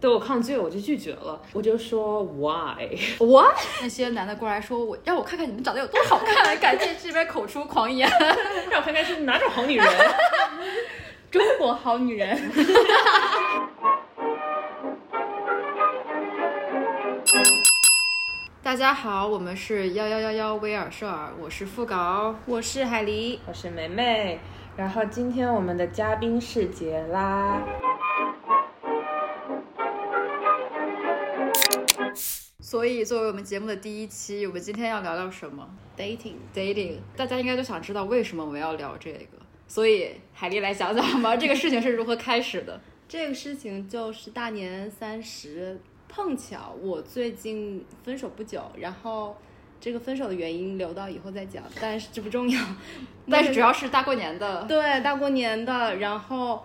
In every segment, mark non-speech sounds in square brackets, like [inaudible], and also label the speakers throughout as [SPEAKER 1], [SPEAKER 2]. [SPEAKER 1] 对我抗拒了，我就拒绝了，我就说 why why
[SPEAKER 2] 那些男的过来说我，让我看看你们长得有多好看，感谢这边口出狂言，
[SPEAKER 1] 让我看看是哪种好女人。
[SPEAKER 2] [laughs] 中国好女人。 [laughs] 大家好，我们是幺幺幺幺威尔舍尔，我是副稿，
[SPEAKER 3] 我是海狸，
[SPEAKER 1] [laughs] 我是梅梅，然后今天我们的嘉宾是杰拉。
[SPEAKER 2] 所以作为我们节目的第一期，我们今天要聊聊什么
[SPEAKER 3] dating
[SPEAKER 2] ？dating，大家应该都想知道为什么我们要聊这个，所以海丽来讲讲吧，这个事情是如何开始的？
[SPEAKER 3] 这个事情就是大年三十碰巧我最近分手不久，然后这个分手的原因留到以后再讲，但是这不重要。
[SPEAKER 2] 但是主要是大过年 [laughs] 的，
[SPEAKER 3] 对大过年的，然后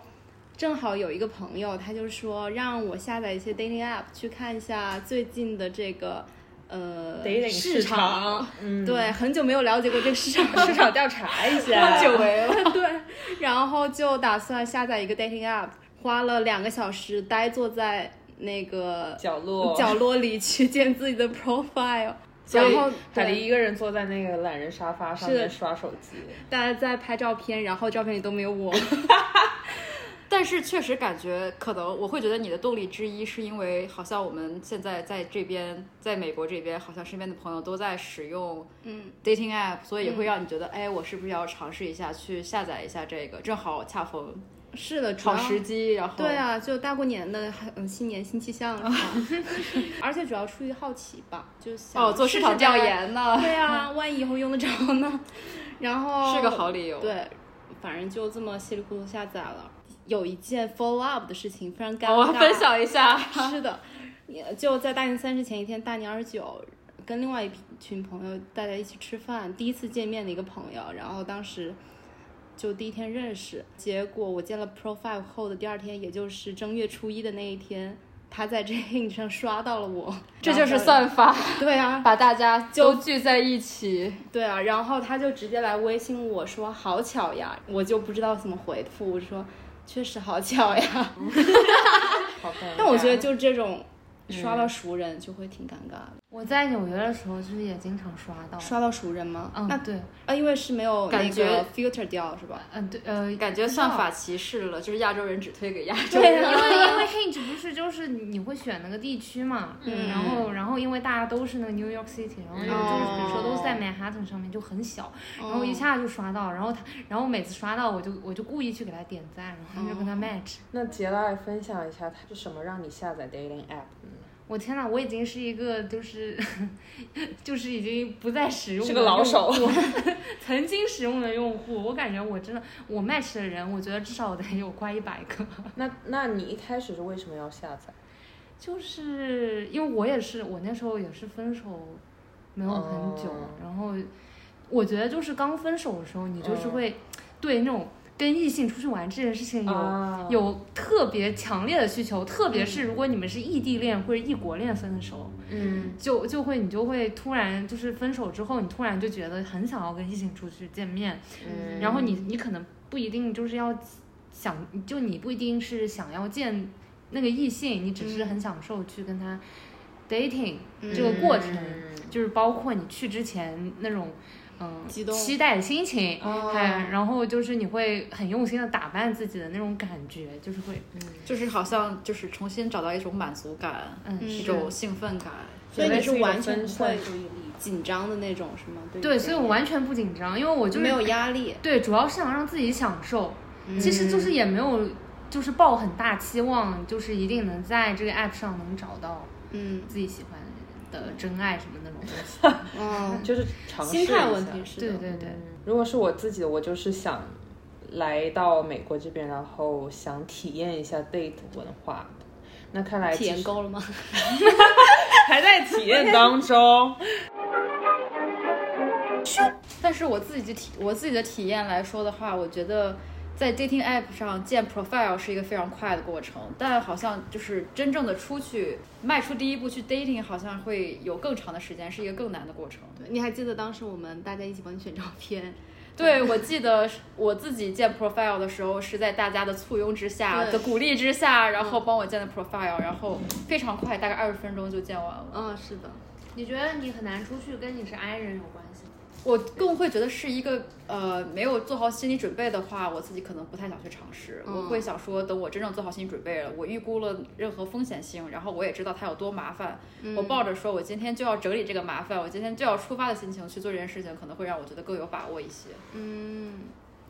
[SPEAKER 3] 正好有一个朋友，他就说让我下载一些 dating app 去看一下最近的这个呃
[SPEAKER 1] dating
[SPEAKER 3] 市
[SPEAKER 1] 场，嗯，
[SPEAKER 3] 对，很久没有了解过这个市场，
[SPEAKER 1] 市场调查一下。
[SPEAKER 2] 久违了。
[SPEAKER 3] [laughs] 对，然后就打算下载一个 dating app，花了两个小时呆坐在那个
[SPEAKER 1] 角落
[SPEAKER 3] 角落里去建自己的
[SPEAKER 2] [laughs]
[SPEAKER 3] profile，
[SPEAKER 1] 所以
[SPEAKER 3] 然后
[SPEAKER 1] 海狸
[SPEAKER 3] 对
[SPEAKER 1] 一个人坐在那个懒人沙发上
[SPEAKER 3] 是
[SPEAKER 1] 面刷手机，
[SPEAKER 3] 大家在拍照片，然后照片里都没
[SPEAKER 2] [laughs]
[SPEAKER 3] 有我。
[SPEAKER 2] 但是确实感觉，可能我会觉得你的动力之一是因为，好像我们现在在这边，在美国这边，好像身边的朋友都在使用
[SPEAKER 3] 嗯
[SPEAKER 2] dating app，所以也会让你觉得，哎，我是不是要尝试一下去下载一下这个？正好恰逢
[SPEAKER 3] 是的，主
[SPEAKER 2] 好
[SPEAKER 3] 要
[SPEAKER 2] 时哦机，然后
[SPEAKER 3] 对啊，就大过年的，还嗯，新年新气象
[SPEAKER 2] 哦
[SPEAKER 3] 啊，
[SPEAKER 2] [laughs]
[SPEAKER 3] [laughs] 而且主要出于好奇吧，就想
[SPEAKER 2] 哦，做
[SPEAKER 3] 试
[SPEAKER 2] 市
[SPEAKER 3] 试
[SPEAKER 2] 场调
[SPEAKER 3] 呗。
[SPEAKER 2] 研呢，
[SPEAKER 3] 对啊，万一以后用得着呢。 [laughs] 然后
[SPEAKER 2] 是个好理由。，
[SPEAKER 3] 对，反正就这么稀里糊涂下载了。有一件 follow up 的事情非常尴尬，
[SPEAKER 2] 哦我分享一下。
[SPEAKER 3] 是的，也就在大年三十前一天，大年二十九，跟另外一群朋友大家一起吃饭，第一次见面的一个朋友，然后当时就第一天认识，结果我建了 profile 后的第二天，也就是正月初一的那一天，他在这 Hinge 上刷到了我，
[SPEAKER 2] 这
[SPEAKER 3] 然
[SPEAKER 2] 就
[SPEAKER 3] 后
[SPEAKER 2] 是算法，
[SPEAKER 3] 对啊，
[SPEAKER 2] 把大家都聚在一起。
[SPEAKER 3] 对啊，然后他就直接来微信我说好巧呀，我就不知道怎么回复，我说确实好巧呀，
[SPEAKER 1] 好
[SPEAKER 4] 嗯
[SPEAKER 1] 看。
[SPEAKER 3] 但我觉得
[SPEAKER 4] 啊
[SPEAKER 3] 就这种。刷到熟人就会挺尴尬的，
[SPEAKER 4] 我在纽约的时候，就是也经常刷到。
[SPEAKER 3] 刷到熟人吗？
[SPEAKER 4] 嗯，
[SPEAKER 3] 那
[SPEAKER 4] 对，
[SPEAKER 3] 啊，因为是没有
[SPEAKER 2] 感
[SPEAKER 3] 那
[SPEAKER 2] 觉
[SPEAKER 3] 个 filter 掉是吧？
[SPEAKER 4] 嗯对， [laughs] 呃，
[SPEAKER 2] 感觉算法歧视了，就是亚洲人只推给亚洲
[SPEAKER 3] 对
[SPEAKER 2] 人。
[SPEAKER 4] 因为因为 Hinge 不是就是你会选那个地区嘛，
[SPEAKER 3] 嗯
[SPEAKER 4] 然后然后因为大家都是那个 New York City，然后就是比如说都是在 Manhattan 上面就很小，然后一下就刷到，然后他然后每次刷到我就我就故意去给他点赞，然后就跟他 match。
[SPEAKER 1] 那杰拉来分享一下，他是什么让你下载 dating app 的呢？
[SPEAKER 4] 我天呐，我已经是一个就是 [laughs] 就是已经不再使用
[SPEAKER 1] 是个老手
[SPEAKER 4] 的用户，曾经使用的用户，我感觉我真的我 match 的人，我觉得至少得有快一百个。
[SPEAKER 1] 那那你一开始是为什么要下载？
[SPEAKER 4] 就是因为我也是，我那时候也是分手没有很久，
[SPEAKER 1] 哦
[SPEAKER 4] 然后我觉得就是刚分手的时候，你就是会对那种跟异性出去玩这件事情有、
[SPEAKER 1] 啊
[SPEAKER 4] 有特别强烈的需求，特别是如果你们是异地恋或者异国恋分的时候，
[SPEAKER 1] 嗯，
[SPEAKER 4] 就就会你就会突然就是分手之后，你突然就觉得很想要跟异性出去见面，
[SPEAKER 1] 嗯
[SPEAKER 4] 然后你你可能不一定就是要想，就你不一定是想要见那个异性，你只是
[SPEAKER 3] 嗯
[SPEAKER 4] 很享受去跟他 dating 这个过程，
[SPEAKER 1] 嗯
[SPEAKER 4] 就是包括你去之前那种。嗯，
[SPEAKER 3] 激动
[SPEAKER 4] 期待的心情，
[SPEAKER 1] 哦
[SPEAKER 4] 哎，然后就是你会很用心的打扮自己的那种感觉，就是会，
[SPEAKER 2] 就是好像就是重新找到一种满足感，
[SPEAKER 4] 嗯，
[SPEAKER 3] 嗯
[SPEAKER 2] 一
[SPEAKER 4] 是
[SPEAKER 2] 种兴奋感。
[SPEAKER 3] 所以你是完全
[SPEAKER 1] 分
[SPEAKER 3] 不
[SPEAKER 1] 散
[SPEAKER 3] 会
[SPEAKER 1] 注意力。
[SPEAKER 3] 紧张的那种是吗？对于
[SPEAKER 4] 对，
[SPEAKER 3] 这
[SPEAKER 4] 所以
[SPEAKER 3] 个
[SPEAKER 4] 我完全不紧张，因为我就是
[SPEAKER 3] 没有嗯压力。
[SPEAKER 4] 对，主要是想让自己享受，其实就是也没有，就是抱很大期望，就是一定能在这个 app 上能找到
[SPEAKER 3] 嗯
[SPEAKER 4] 自己喜欢的真爱什么那种东西。
[SPEAKER 3] 嗯，
[SPEAKER 1] 就是尝试一
[SPEAKER 3] 心
[SPEAKER 1] 下
[SPEAKER 3] 态问题是
[SPEAKER 4] 对
[SPEAKER 3] 的。
[SPEAKER 4] 对对，
[SPEAKER 1] 如果是我自己，我就是想来到美国这边，然后想体验一下 date 文化。那看来 [laughs]
[SPEAKER 3] 体验够了吗？
[SPEAKER 1] 还在体验当中。
[SPEAKER 2] 但是我自己体我自己的体验来说的话，我觉得在 dating app 上建 profile 是一个非常快的过程，但好像就是真正的出去迈出第一步去 dating，好像会有更长的时间，是一个更难的过程。
[SPEAKER 3] 对你还记得当时我们大家一起帮你选照片，
[SPEAKER 2] 对，我记得是我自己建 profile 的时候，是在大家的簇拥之下
[SPEAKER 3] 对
[SPEAKER 2] 的鼓励之下，然后帮我建的 profile，然后非常快，大概二十分钟就建完了。
[SPEAKER 3] 嗯，是的，
[SPEAKER 4] 你觉得你很难出去，跟你是 I 人有关系吗？
[SPEAKER 2] 我更会觉得是一个呃没有做好心理准备的话，我自己可能不太想去尝试。
[SPEAKER 3] 嗯
[SPEAKER 2] 我会想说，等我真正做好心理准备了，我预估了任何风险性，然后我也知道它有多麻烦，我抱着说我今天就要整理这个麻烦，我今天就要出发的心情去做这件事情，可能会让我觉得更有把握一些。
[SPEAKER 3] 嗯，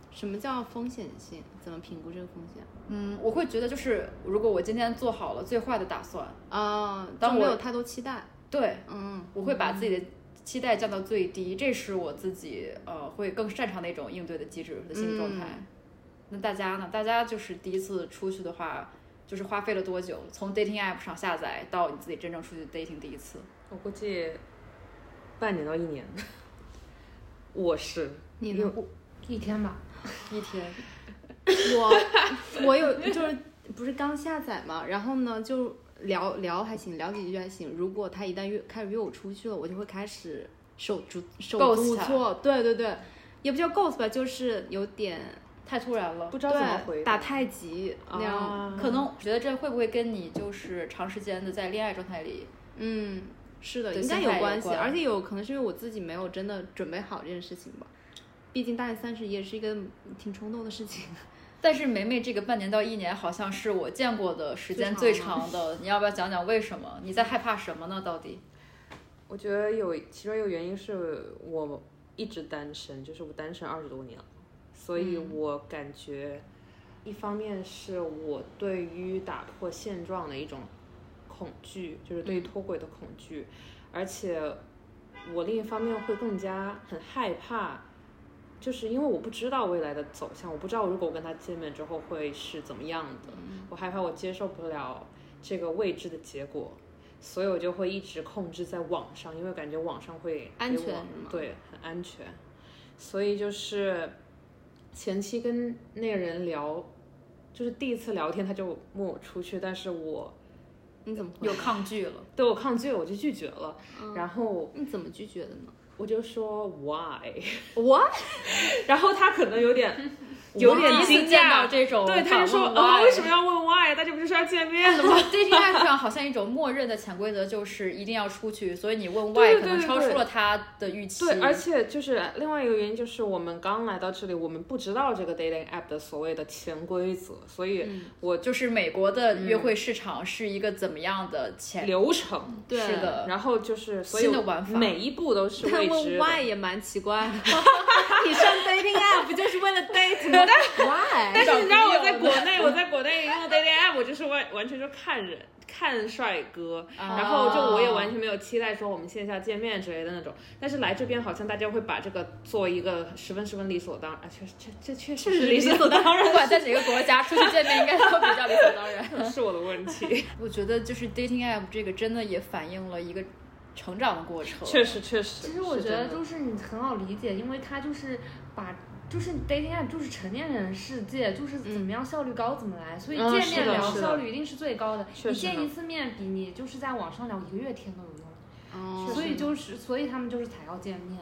[SPEAKER 3] 什么叫风险性？怎么评估这个风险？
[SPEAKER 2] 嗯，我会觉得就是如果我今天做好了最坏的打算，
[SPEAKER 3] 啊、
[SPEAKER 2] 当
[SPEAKER 3] 就没
[SPEAKER 2] 我
[SPEAKER 3] 有太多期待。
[SPEAKER 2] 对
[SPEAKER 3] 嗯
[SPEAKER 2] 我会把自己的期待降到最低，这是我自己呃会更擅长的一种应对的机制和心理状态。那大家呢？大家就是第一次出去的话，就是花费了多久？从 dating app 上下载到你自己真正出去 dating 第一次，
[SPEAKER 1] 我估计半年到一年。 [laughs] 我是
[SPEAKER 3] 你呢？
[SPEAKER 4] 一天吧，
[SPEAKER 2] 一天
[SPEAKER 3] 我我有 [laughs] 就是不是刚下载嘛，然后呢就聊聊还行，聊几句还行。如果他一旦约开始约我出去了，我就会开始手足手
[SPEAKER 2] Ghost
[SPEAKER 3] 足无
[SPEAKER 2] 他
[SPEAKER 3] 措。对对对，也不叫 ghost 吧，就是有点
[SPEAKER 2] 太突然了
[SPEAKER 1] 不。知道怎么回
[SPEAKER 3] 对打太极那样。
[SPEAKER 1] 啊
[SPEAKER 4] 哦
[SPEAKER 2] 可能觉得这会不会跟你就是长时间的在恋爱状态里，
[SPEAKER 3] 嗯，是的，
[SPEAKER 2] 对
[SPEAKER 3] 应该
[SPEAKER 2] 心
[SPEAKER 3] 有
[SPEAKER 2] 态有
[SPEAKER 3] 关系，
[SPEAKER 2] 关
[SPEAKER 3] 而且有可能是因为我自己没有真的准备好这件事情吧。毕竟大年三十也是一个挺冲动的事情。 [laughs]
[SPEAKER 2] 但是梅梅这个半年到一年好像是我见过的时间最
[SPEAKER 3] 最长
[SPEAKER 2] 长的，你要不要讲讲为什么？你在害怕什么呢？到底？
[SPEAKER 1] 我觉得有其中一个原因是我一直单身，就是我单身二十多年了，所以我感觉一方面是我对于打破现状的一种恐惧，就是对于脱轨的恐惧，而且我另一方面会更加很害怕。就是因为我不知道未来的走向，我不知道如果我跟他见面之后会是怎么样的，
[SPEAKER 3] 嗯
[SPEAKER 1] 我害怕我接受不了这个未知的结果，所以我就会一直控制在网上，因为感觉网上会给
[SPEAKER 3] 安全
[SPEAKER 1] 我
[SPEAKER 3] 是吗
[SPEAKER 1] 对，很安全。所以就是前期跟那个人聊，就是第一次聊天他就问我出去，但是我
[SPEAKER 3] 你怎么回
[SPEAKER 2] 有抗拒了。
[SPEAKER 1] 对我抗拒了，我就拒绝了。
[SPEAKER 2] 嗯
[SPEAKER 1] 然后
[SPEAKER 3] 你怎么拒绝的呢？
[SPEAKER 1] 我就说
[SPEAKER 2] [laughs]
[SPEAKER 1] why，
[SPEAKER 3] 我
[SPEAKER 1] 然后他可能有点 [laughs] 有点
[SPEAKER 2] 第一
[SPEAKER 1] 惊
[SPEAKER 2] 次见到
[SPEAKER 1] 讶。
[SPEAKER 2] 这种
[SPEAKER 1] 对，
[SPEAKER 2] 访
[SPEAKER 1] 他就
[SPEAKER 2] 问 why，
[SPEAKER 1] 说，哦，为什么要问 why？大家不就是要见面的吗？
[SPEAKER 2] [laughs] dating app 上好像一种默认的潜规则就是一定要出去，所以你问
[SPEAKER 1] 对
[SPEAKER 2] why 可能
[SPEAKER 1] 对对
[SPEAKER 2] 超出了他的预期。
[SPEAKER 1] 对，而且就是另外一个原因，就是我们刚来到这里，我们不知道这个 dating app 的所谓的潜规则，所以
[SPEAKER 2] 嗯就是美国的约会市场是一个怎么样的潜、
[SPEAKER 1] 嗯流程，
[SPEAKER 3] 对
[SPEAKER 2] 是的 [laughs]
[SPEAKER 1] 然后就是所以
[SPEAKER 2] 新的玩法
[SPEAKER 1] 每一步都是
[SPEAKER 3] 但
[SPEAKER 1] 未知
[SPEAKER 3] 问
[SPEAKER 1] 的。
[SPEAKER 3] why 也蛮奇怪的。你上 dating app 不就是为了 date 吗？why？
[SPEAKER 1] 但是你知道我在国内，我在国内用 dating app，我就是完完全就看人。看帅哥，然后就我也完全没有期待说我们线下见面之类的那种，但是来这边好像大家会把这个做一个十分十分理所当然，啊，确实这这确实是理所当然，
[SPEAKER 2] 不管在哪个国家出去见面，应该都比较理所当然。 [laughs]
[SPEAKER 1] [laughs] 是我的问题，
[SPEAKER 2] 我觉得就是 dating app 这个真的也反映了一个成长的过程。
[SPEAKER 1] 确实确实。
[SPEAKER 4] 其实我
[SPEAKER 1] 是
[SPEAKER 4] 觉
[SPEAKER 1] 真
[SPEAKER 4] 得
[SPEAKER 1] 的
[SPEAKER 4] 就是你很好理解，因为它就是把就是 dating app 就是成年人世界，就是怎么样效率高怎么来，所以
[SPEAKER 1] 嗯
[SPEAKER 4] 见
[SPEAKER 1] 是
[SPEAKER 4] 面
[SPEAKER 1] 的
[SPEAKER 4] 聊
[SPEAKER 1] 是的
[SPEAKER 4] 效率一定是最高的。
[SPEAKER 1] 确
[SPEAKER 4] 你
[SPEAKER 1] 实
[SPEAKER 4] 见
[SPEAKER 1] 呢
[SPEAKER 4] 一次面比你就是在网上聊一个月天都有用，
[SPEAKER 3] 哦
[SPEAKER 4] 所以就是所以他们就是才要见面。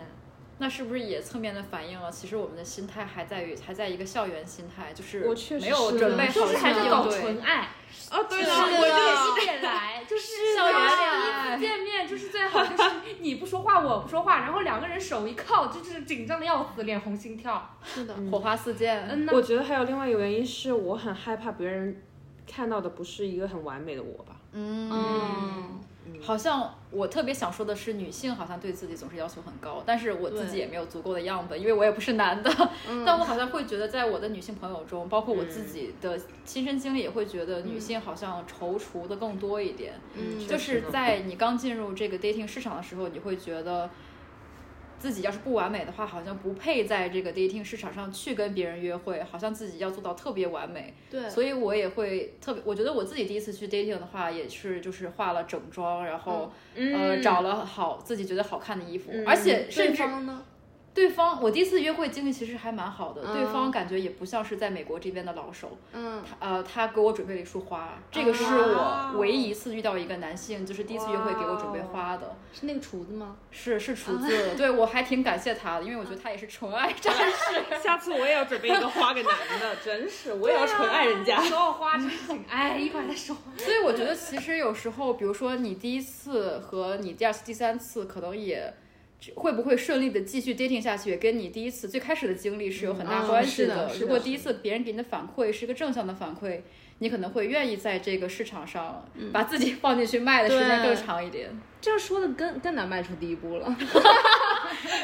[SPEAKER 2] 那是不是也侧面的反映了，其实我们的心态还在于还在一个校园心态，就是
[SPEAKER 1] 我确实
[SPEAKER 2] 没有
[SPEAKER 1] 是
[SPEAKER 2] 准备好
[SPEAKER 4] 就是还
[SPEAKER 2] 去
[SPEAKER 4] 在
[SPEAKER 2] 应
[SPEAKER 4] 搞
[SPEAKER 2] 对
[SPEAKER 4] 纯爱，
[SPEAKER 1] 哦，对的，
[SPEAKER 3] 是的
[SPEAKER 1] 我就
[SPEAKER 4] 我就是得来，啊就是啊
[SPEAKER 2] 校园
[SPEAKER 4] 第一次见面就是最好，就是你不说话我不说话，然后两个人手一靠，就是紧张的要死，脸红心跳。
[SPEAKER 3] 是的，
[SPEAKER 2] 火花四溅。
[SPEAKER 4] 嗯呐，
[SPEAKER 1] 我觉得还有另外一个原因是我很害怕别人看到的不是一个很完美的我吧。
[SPEAKER 3] 嗯，
[SPEAKER 2] 好像我特别想说的是，女性好像对自己总是要求很高，但是我自己也没有足够的样本，因为我也不是男的。 [laughs] 但我好像会觉得，在我的女性朋友中，包括我自己的亲身经历，也会觉得女性好像踌躇的更多一点。
[SPEAKER 3] 嗯
[SPEAKER 1] 确
[SPEAKER 2] 就
[SPEAKER 1] 实
[SPEAKER 2] 是
[SPEAKER 1] 呢
[SPEAKER 2] 在你刚进入这个 dating 市场的时候，你会觉得自己要是不完美的话，好像不配在这个 dating 市场上去跟别人约会，好像自己要做到特别完美。
[SPEAKER 3] 对，
[SPEAKER 2] 所以我也会特别，我觉得我自己第一次去 dating 的话，也是就是化了整
[SPEAKER 3] 嗯
[SPEAKER 2] 呃妆，然后、呃找了好自己觉得好看的衣服，而且
[SPEAKER 3] 对
[SPEAKER 2] 甚至
[SPEAKER 3] 方呢？
[SPEAKER 2] 对方我第一次约会经历其实还蛮好的，
[SPEAKER 3] 嗯
[SPEAKER 2] 对方感觉也不像是在美国这边的老手，
[SPEAKER 3] 嗯
[SPEAKER 2] 他呃他给我准备了一束花，这个是我
[SPEAKER 3] 啊
[SPEAKER 1] 哇
[SPEAKER 2] 唯一一次遇到一个男性，就是第一次约会给我准备花的，
[SPEAKER 3] 是那个厨子吗？
[SPEAKER 2] 是是厨子，对我还挺感谢他的，因为我觉得他也是纯爱战士。
[SPEAKER 1] 嗯下次我也要准备一个花给男的，真是我也要纯爱人家。
[SPEAKER 4] 说我花真情，哎，一会儿再说。
[SPEAKER 2] 所以我觉得其实有时候，比如说你第一次和你第二次、第三次，可能也会不会顺利的继续 dating 下去，也跟你第一次最开始的经历是有很大
[SPEAKER 3] 嗯
[SPEAKER 2] 关
[SPEAKER 3] 嗯
[SPEAKER 2] 系
[SPEAKER 3] 是的是的
[SPEAKER 2] 如果第一次别人给你的反馈是个正向的反馈，你可能会愿意在这个市场上把自己放进去卖的时间
[SPEAKER 3] 嗯对
[SPEAKER 2] 更长一点。
[SPEAKER 3] 这样说的更更难迈出第一步了。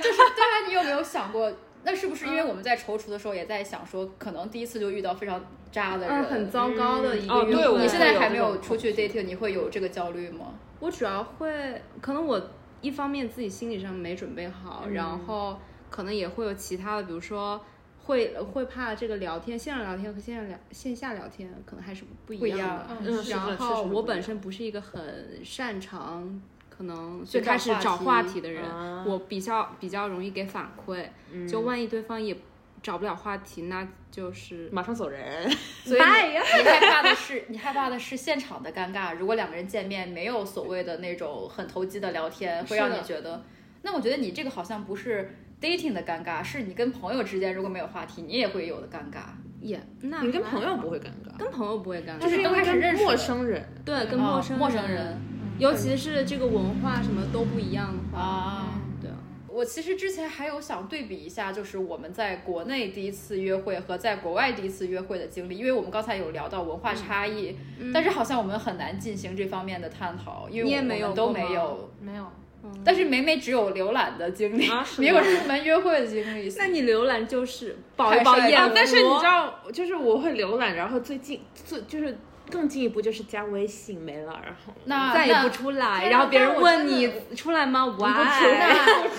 [SPEAKER 2] 就是对啊，你有没有想过？那是不是因
[SPEAKER 3] 嗯
[SPEAKER 2] 为我们在踌躇的时候也在想说，可能第一次就遇到非常渣的人？
[SPEAKER 3] [laughs] 嗯，很糟糕的一
[SPEAKER 1] 嗯
[SPEAKER 3] 个
[SPEAKER 1] 哦
[SPEAKER 3] 约
[SPEAKER 1] 对
[SPEAKER 3] 会。
[SPEAKER 1] 我
[SPEAKER 2] 你现在
[SPEAKER 1] 有
[SPEAKER 2] 还
[SPEAKER 1] 这
[SPEAKER 2] 没
[SPEAKER 1] 种
[SPEAKER 2] 有出去 dating，你会有这个焦虑吗？
[SPEAKER 3] 我主要会，可能我一方面自己心理上没准备好，然后可能也会有其他的，比如说会会怕这个聊天，线上聊天和线上聊线下聊天可能还是不
[SPEAKER 2] 不一
[SPEAKER 3] 一样的。
[SPEAKER 2] 样
[SPEAKER 1] 嗯是的
[SPEAKER 3] 然
[SPEAKER 1] 确实
[SPEAKER 3] 后
[SPEAKER 1] 很不
[SPEAKER 3] 我
[SPEAKER 1] 一
[SPEAKER 3] 本
[SPEAKER 1] 样
[SPEAKER 3] 身不是一个很擅长，可能
[SPEAKER 2] 去
[SPEAKER 3] 最
[SPEAKER 2] 找
[SPEAKER 3] 开始
[SPEAKER 2] 话
[SPEAKER 3] 找
[SPEAKER 2] 题
[SPEAKER 3] 话题的人，
[SPEAKER 1] 啊
[SPEAKER 3] 我比较比较容易给反馈。
[SPEAKER 1] 嗯
[SPEAKER 3] 就万一对方也找不了话题，那就是
[SPEAKER 1] 马上走人，
[SPEAKER 2] 所以
[SPEAKER 3] 拜
[SPEAKER 2] 你你害怕的是，你害怕的是现场的尴尬。如果两个人见面没有所谓的那种很投机的聊天，会
[SPEAKER 3] 是
[SPEAKER 2] 让你
[SPEAKER 3] 的
[SPEAKER 2] 觉得，那我觉得你这个好像不是 dating 的尴尬，是你跟朋友之间如果没有话题，你也会有的尴尬。
[SPEAKER 3] 也
[SPEAKER 1] [laughs]
[SPEAKER 3] 那
[SPEAKER 1] 你跟
[SPEAKER 3] 还
[SPEAKER 1] 朋友
[SPEAKER 3] 好
[SPEAKER 1] 不会尴尬，
[SPEAKER 3] 跟朋友不会尴尬，
[SPEAKER 2] 就是
[SPEAKER 1] 因
[SPEAKER 2] 刚开
[SPEAKER 1] 为
[SPEAKER 2] 始认
[SPEAKER 1] 跟
[SPEAKER 2] 识
[SPEAKER 1] 陌
[SPEAKER 2] 的
[SPEAKER 1] 生人，
[SPEAKER 3] 对跟
[SPEAKER 2] 啊
[SPEAKER 3] 陌生
[SPEAKER 2] 陌生人
[SPEAKER 3] 尤其是这个文化什么都不一样的话，
[SPEAKER 2] 啊。
[SPEAKER 3] 对，
[SPEAKER 2] 我其实之前还有想对比一下，就是我们在国内第一次约会和在国外第一次约会的经历，因为我们刚才有聊到文
[SPEAKER 3] 嗯
[SPEAKER 2] 化差异，但是好像我们很难进行这方面的探讨，因为
[SPEAKER 3] 你也
[SPEAKER 2] 我
[SPEAKER 3] 没有
[SPEAKER 2] 们都
[SPEAKER 3] 过吗
[SPEAKER 2] 没有。
[SPEAKER 4] 没有，
[SPEAKER 2] 但是梅梅只有浏览的经历，
[SPEAKER 1] 啊是
[SPEAKER 2] 没有
[SPEAKER 1] 吗
[SPEAKER 2] 出门约会的经历。
[SPEAKER 3] 那你浏览就是饱
[SPEAKER 2] 太
[SPEAKER 3] 一饱
[SPEAKER 2] 帅了
[SPEAKER 3] 眼
[SPEAKER 2] 啊
[SPEAKER 3] 福，
[SPEAKER 1] 但是你知道，就是我会浏览，然后最近最就是更进一步就是加微信没了，然后
[SPEAKER 2] 那
[SPEAKER 3] 再也
[SPEAKER 2] 那
[SPEAKER 3] 不出来，
[SPEAKER 4] 对啊
[SPEAKER 3] 然后别人
[SPEAKER 4] 但我
[SPEAKER 3] 问
[SPEAKER 4] 真的
[SPEAKER 3] 你出来吗？我 [laughs]
[SPEAKER 2] 那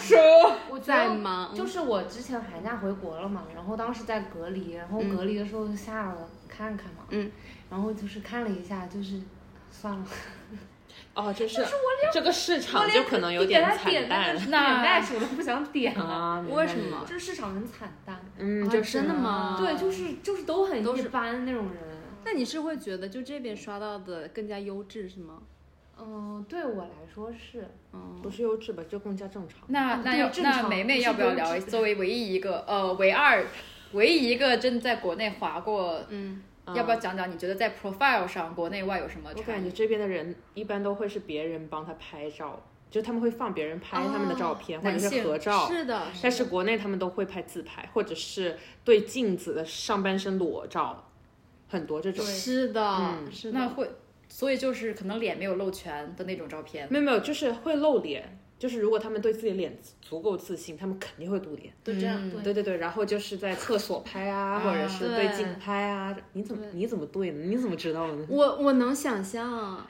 [SPEAKER 4] 我觉
[SPEAKER 3] 在
[SPEAKER 4] 得
[SPEAKER 3] 忙，
[SPEAKER 4] 就是我之前寒假回国了嘛，然后当时在隔离，然后隔离的时候就下了看看嘛，
[SPEAKER 3] 嗯，
[SPEAKER 4] 然后就是看了一下，就是算了，
[SPEAKER 1] 哦，就是这个市场就可能有
[SPEAKER 4] 点
[SPEAKER 1] 惨淡
[SPEAKER 4] 点
[SPEAKER 2] 那
[SPEAKER 4] 那袋鼠都不想点了，
[SPEAKER 1] 啊。明白
[SPEAKER 3] 为什？么？
[SPEAKER 4] 就是市场很惨淡，
[SPEAKER 1] 嗯，
[SPEAKER 3] 啊
[SPEAKER 1] 就
[SPEAKER 3] 嗯真的吗
[SPEAKER 4] 对，就是就是都很
[SPEAKER 3] 都
[SPEAKER 4] 一
[SPEAKER 3] 是
[SPEAKER 4] 般那种人。
[SPEAKER 3] 那你是会觉得就这边刷到的更加优质是吗？
[SPEAKER 4] 嗯、对我来说是，
[SPEAKER 3] 嗯，
[SPEAKER 1] 不是优质吧，就更加正常。
[SPEAKER 2] 那
[SPEAKER 4] 哦
[SPEAKER 2] 那
[SPEAKER 4] 对
[SPEAKER 2] 要
[SPEAKER 4] 正
[SPEAKER 2] 那
[SPEAKER 4] 常
[SPEAKER 2] 梅梅
[SPEAKER 4] 不是
[SPEAKER 2] 要不要
[SPEAKER 4] 优
[SPEAKER 2] 聊？作为唯一一个呃唯二唯一一个真的在国内划过，
[SPEAKER 3] 嗯，
[SPEAKER 2] 要不要讲讲？你觉得在 profile 上国内外有什么
[SPEAKER 1] 啊我
[SPEAKER 2] 差
[SPEAKER 1] 感觉
[SPEAKER 2] 异？
[SPEAKER 1] 这边的人一般都会是别人帮他拍照，就他们会放别人拍他们的照片、或者
[SPEAKER 2] 男
[SPEAKER 1] 哦是
[SPEAKER 2] 性
[SPEAKER 1] 合照。
[SPEAKER 3] 哦是的，
[SPEAKER 1] 但是国内他们都会拍自拍，或者是对镜子的上半身裸照，很多这种。
[SPEAKER 3] 是的，
[SPEAKER 1] 嗯
[SPEAKER 3] 是
[SPEAKER 2] 那
[SPEAKER 3] 的，
[SPEAKER 2] 会，所以就是可能脸没有露全的那种照片。
[SPEAKER 1] 没有没有，就是会露脸，就是如果他们对自己脸足够自信，他们肯定会露脸。
[SPEAKER 4] 嗯对
[SPEAKER 2] 这样
[SPEAKER 1] 对对对，然后就是在厕所拍啊，
[SPEAKER 2] 啊
[SPEAKER 1] 或者是
[SPEAKER 3] 对
[SPEAKER 1] 对镜拍啊，你怎么
[SPEAKER 3] 对
[SPEAKER 1] 你怎么对呢？你怎么知道的呢？
[SPEAKER 3] 我我能想象啊，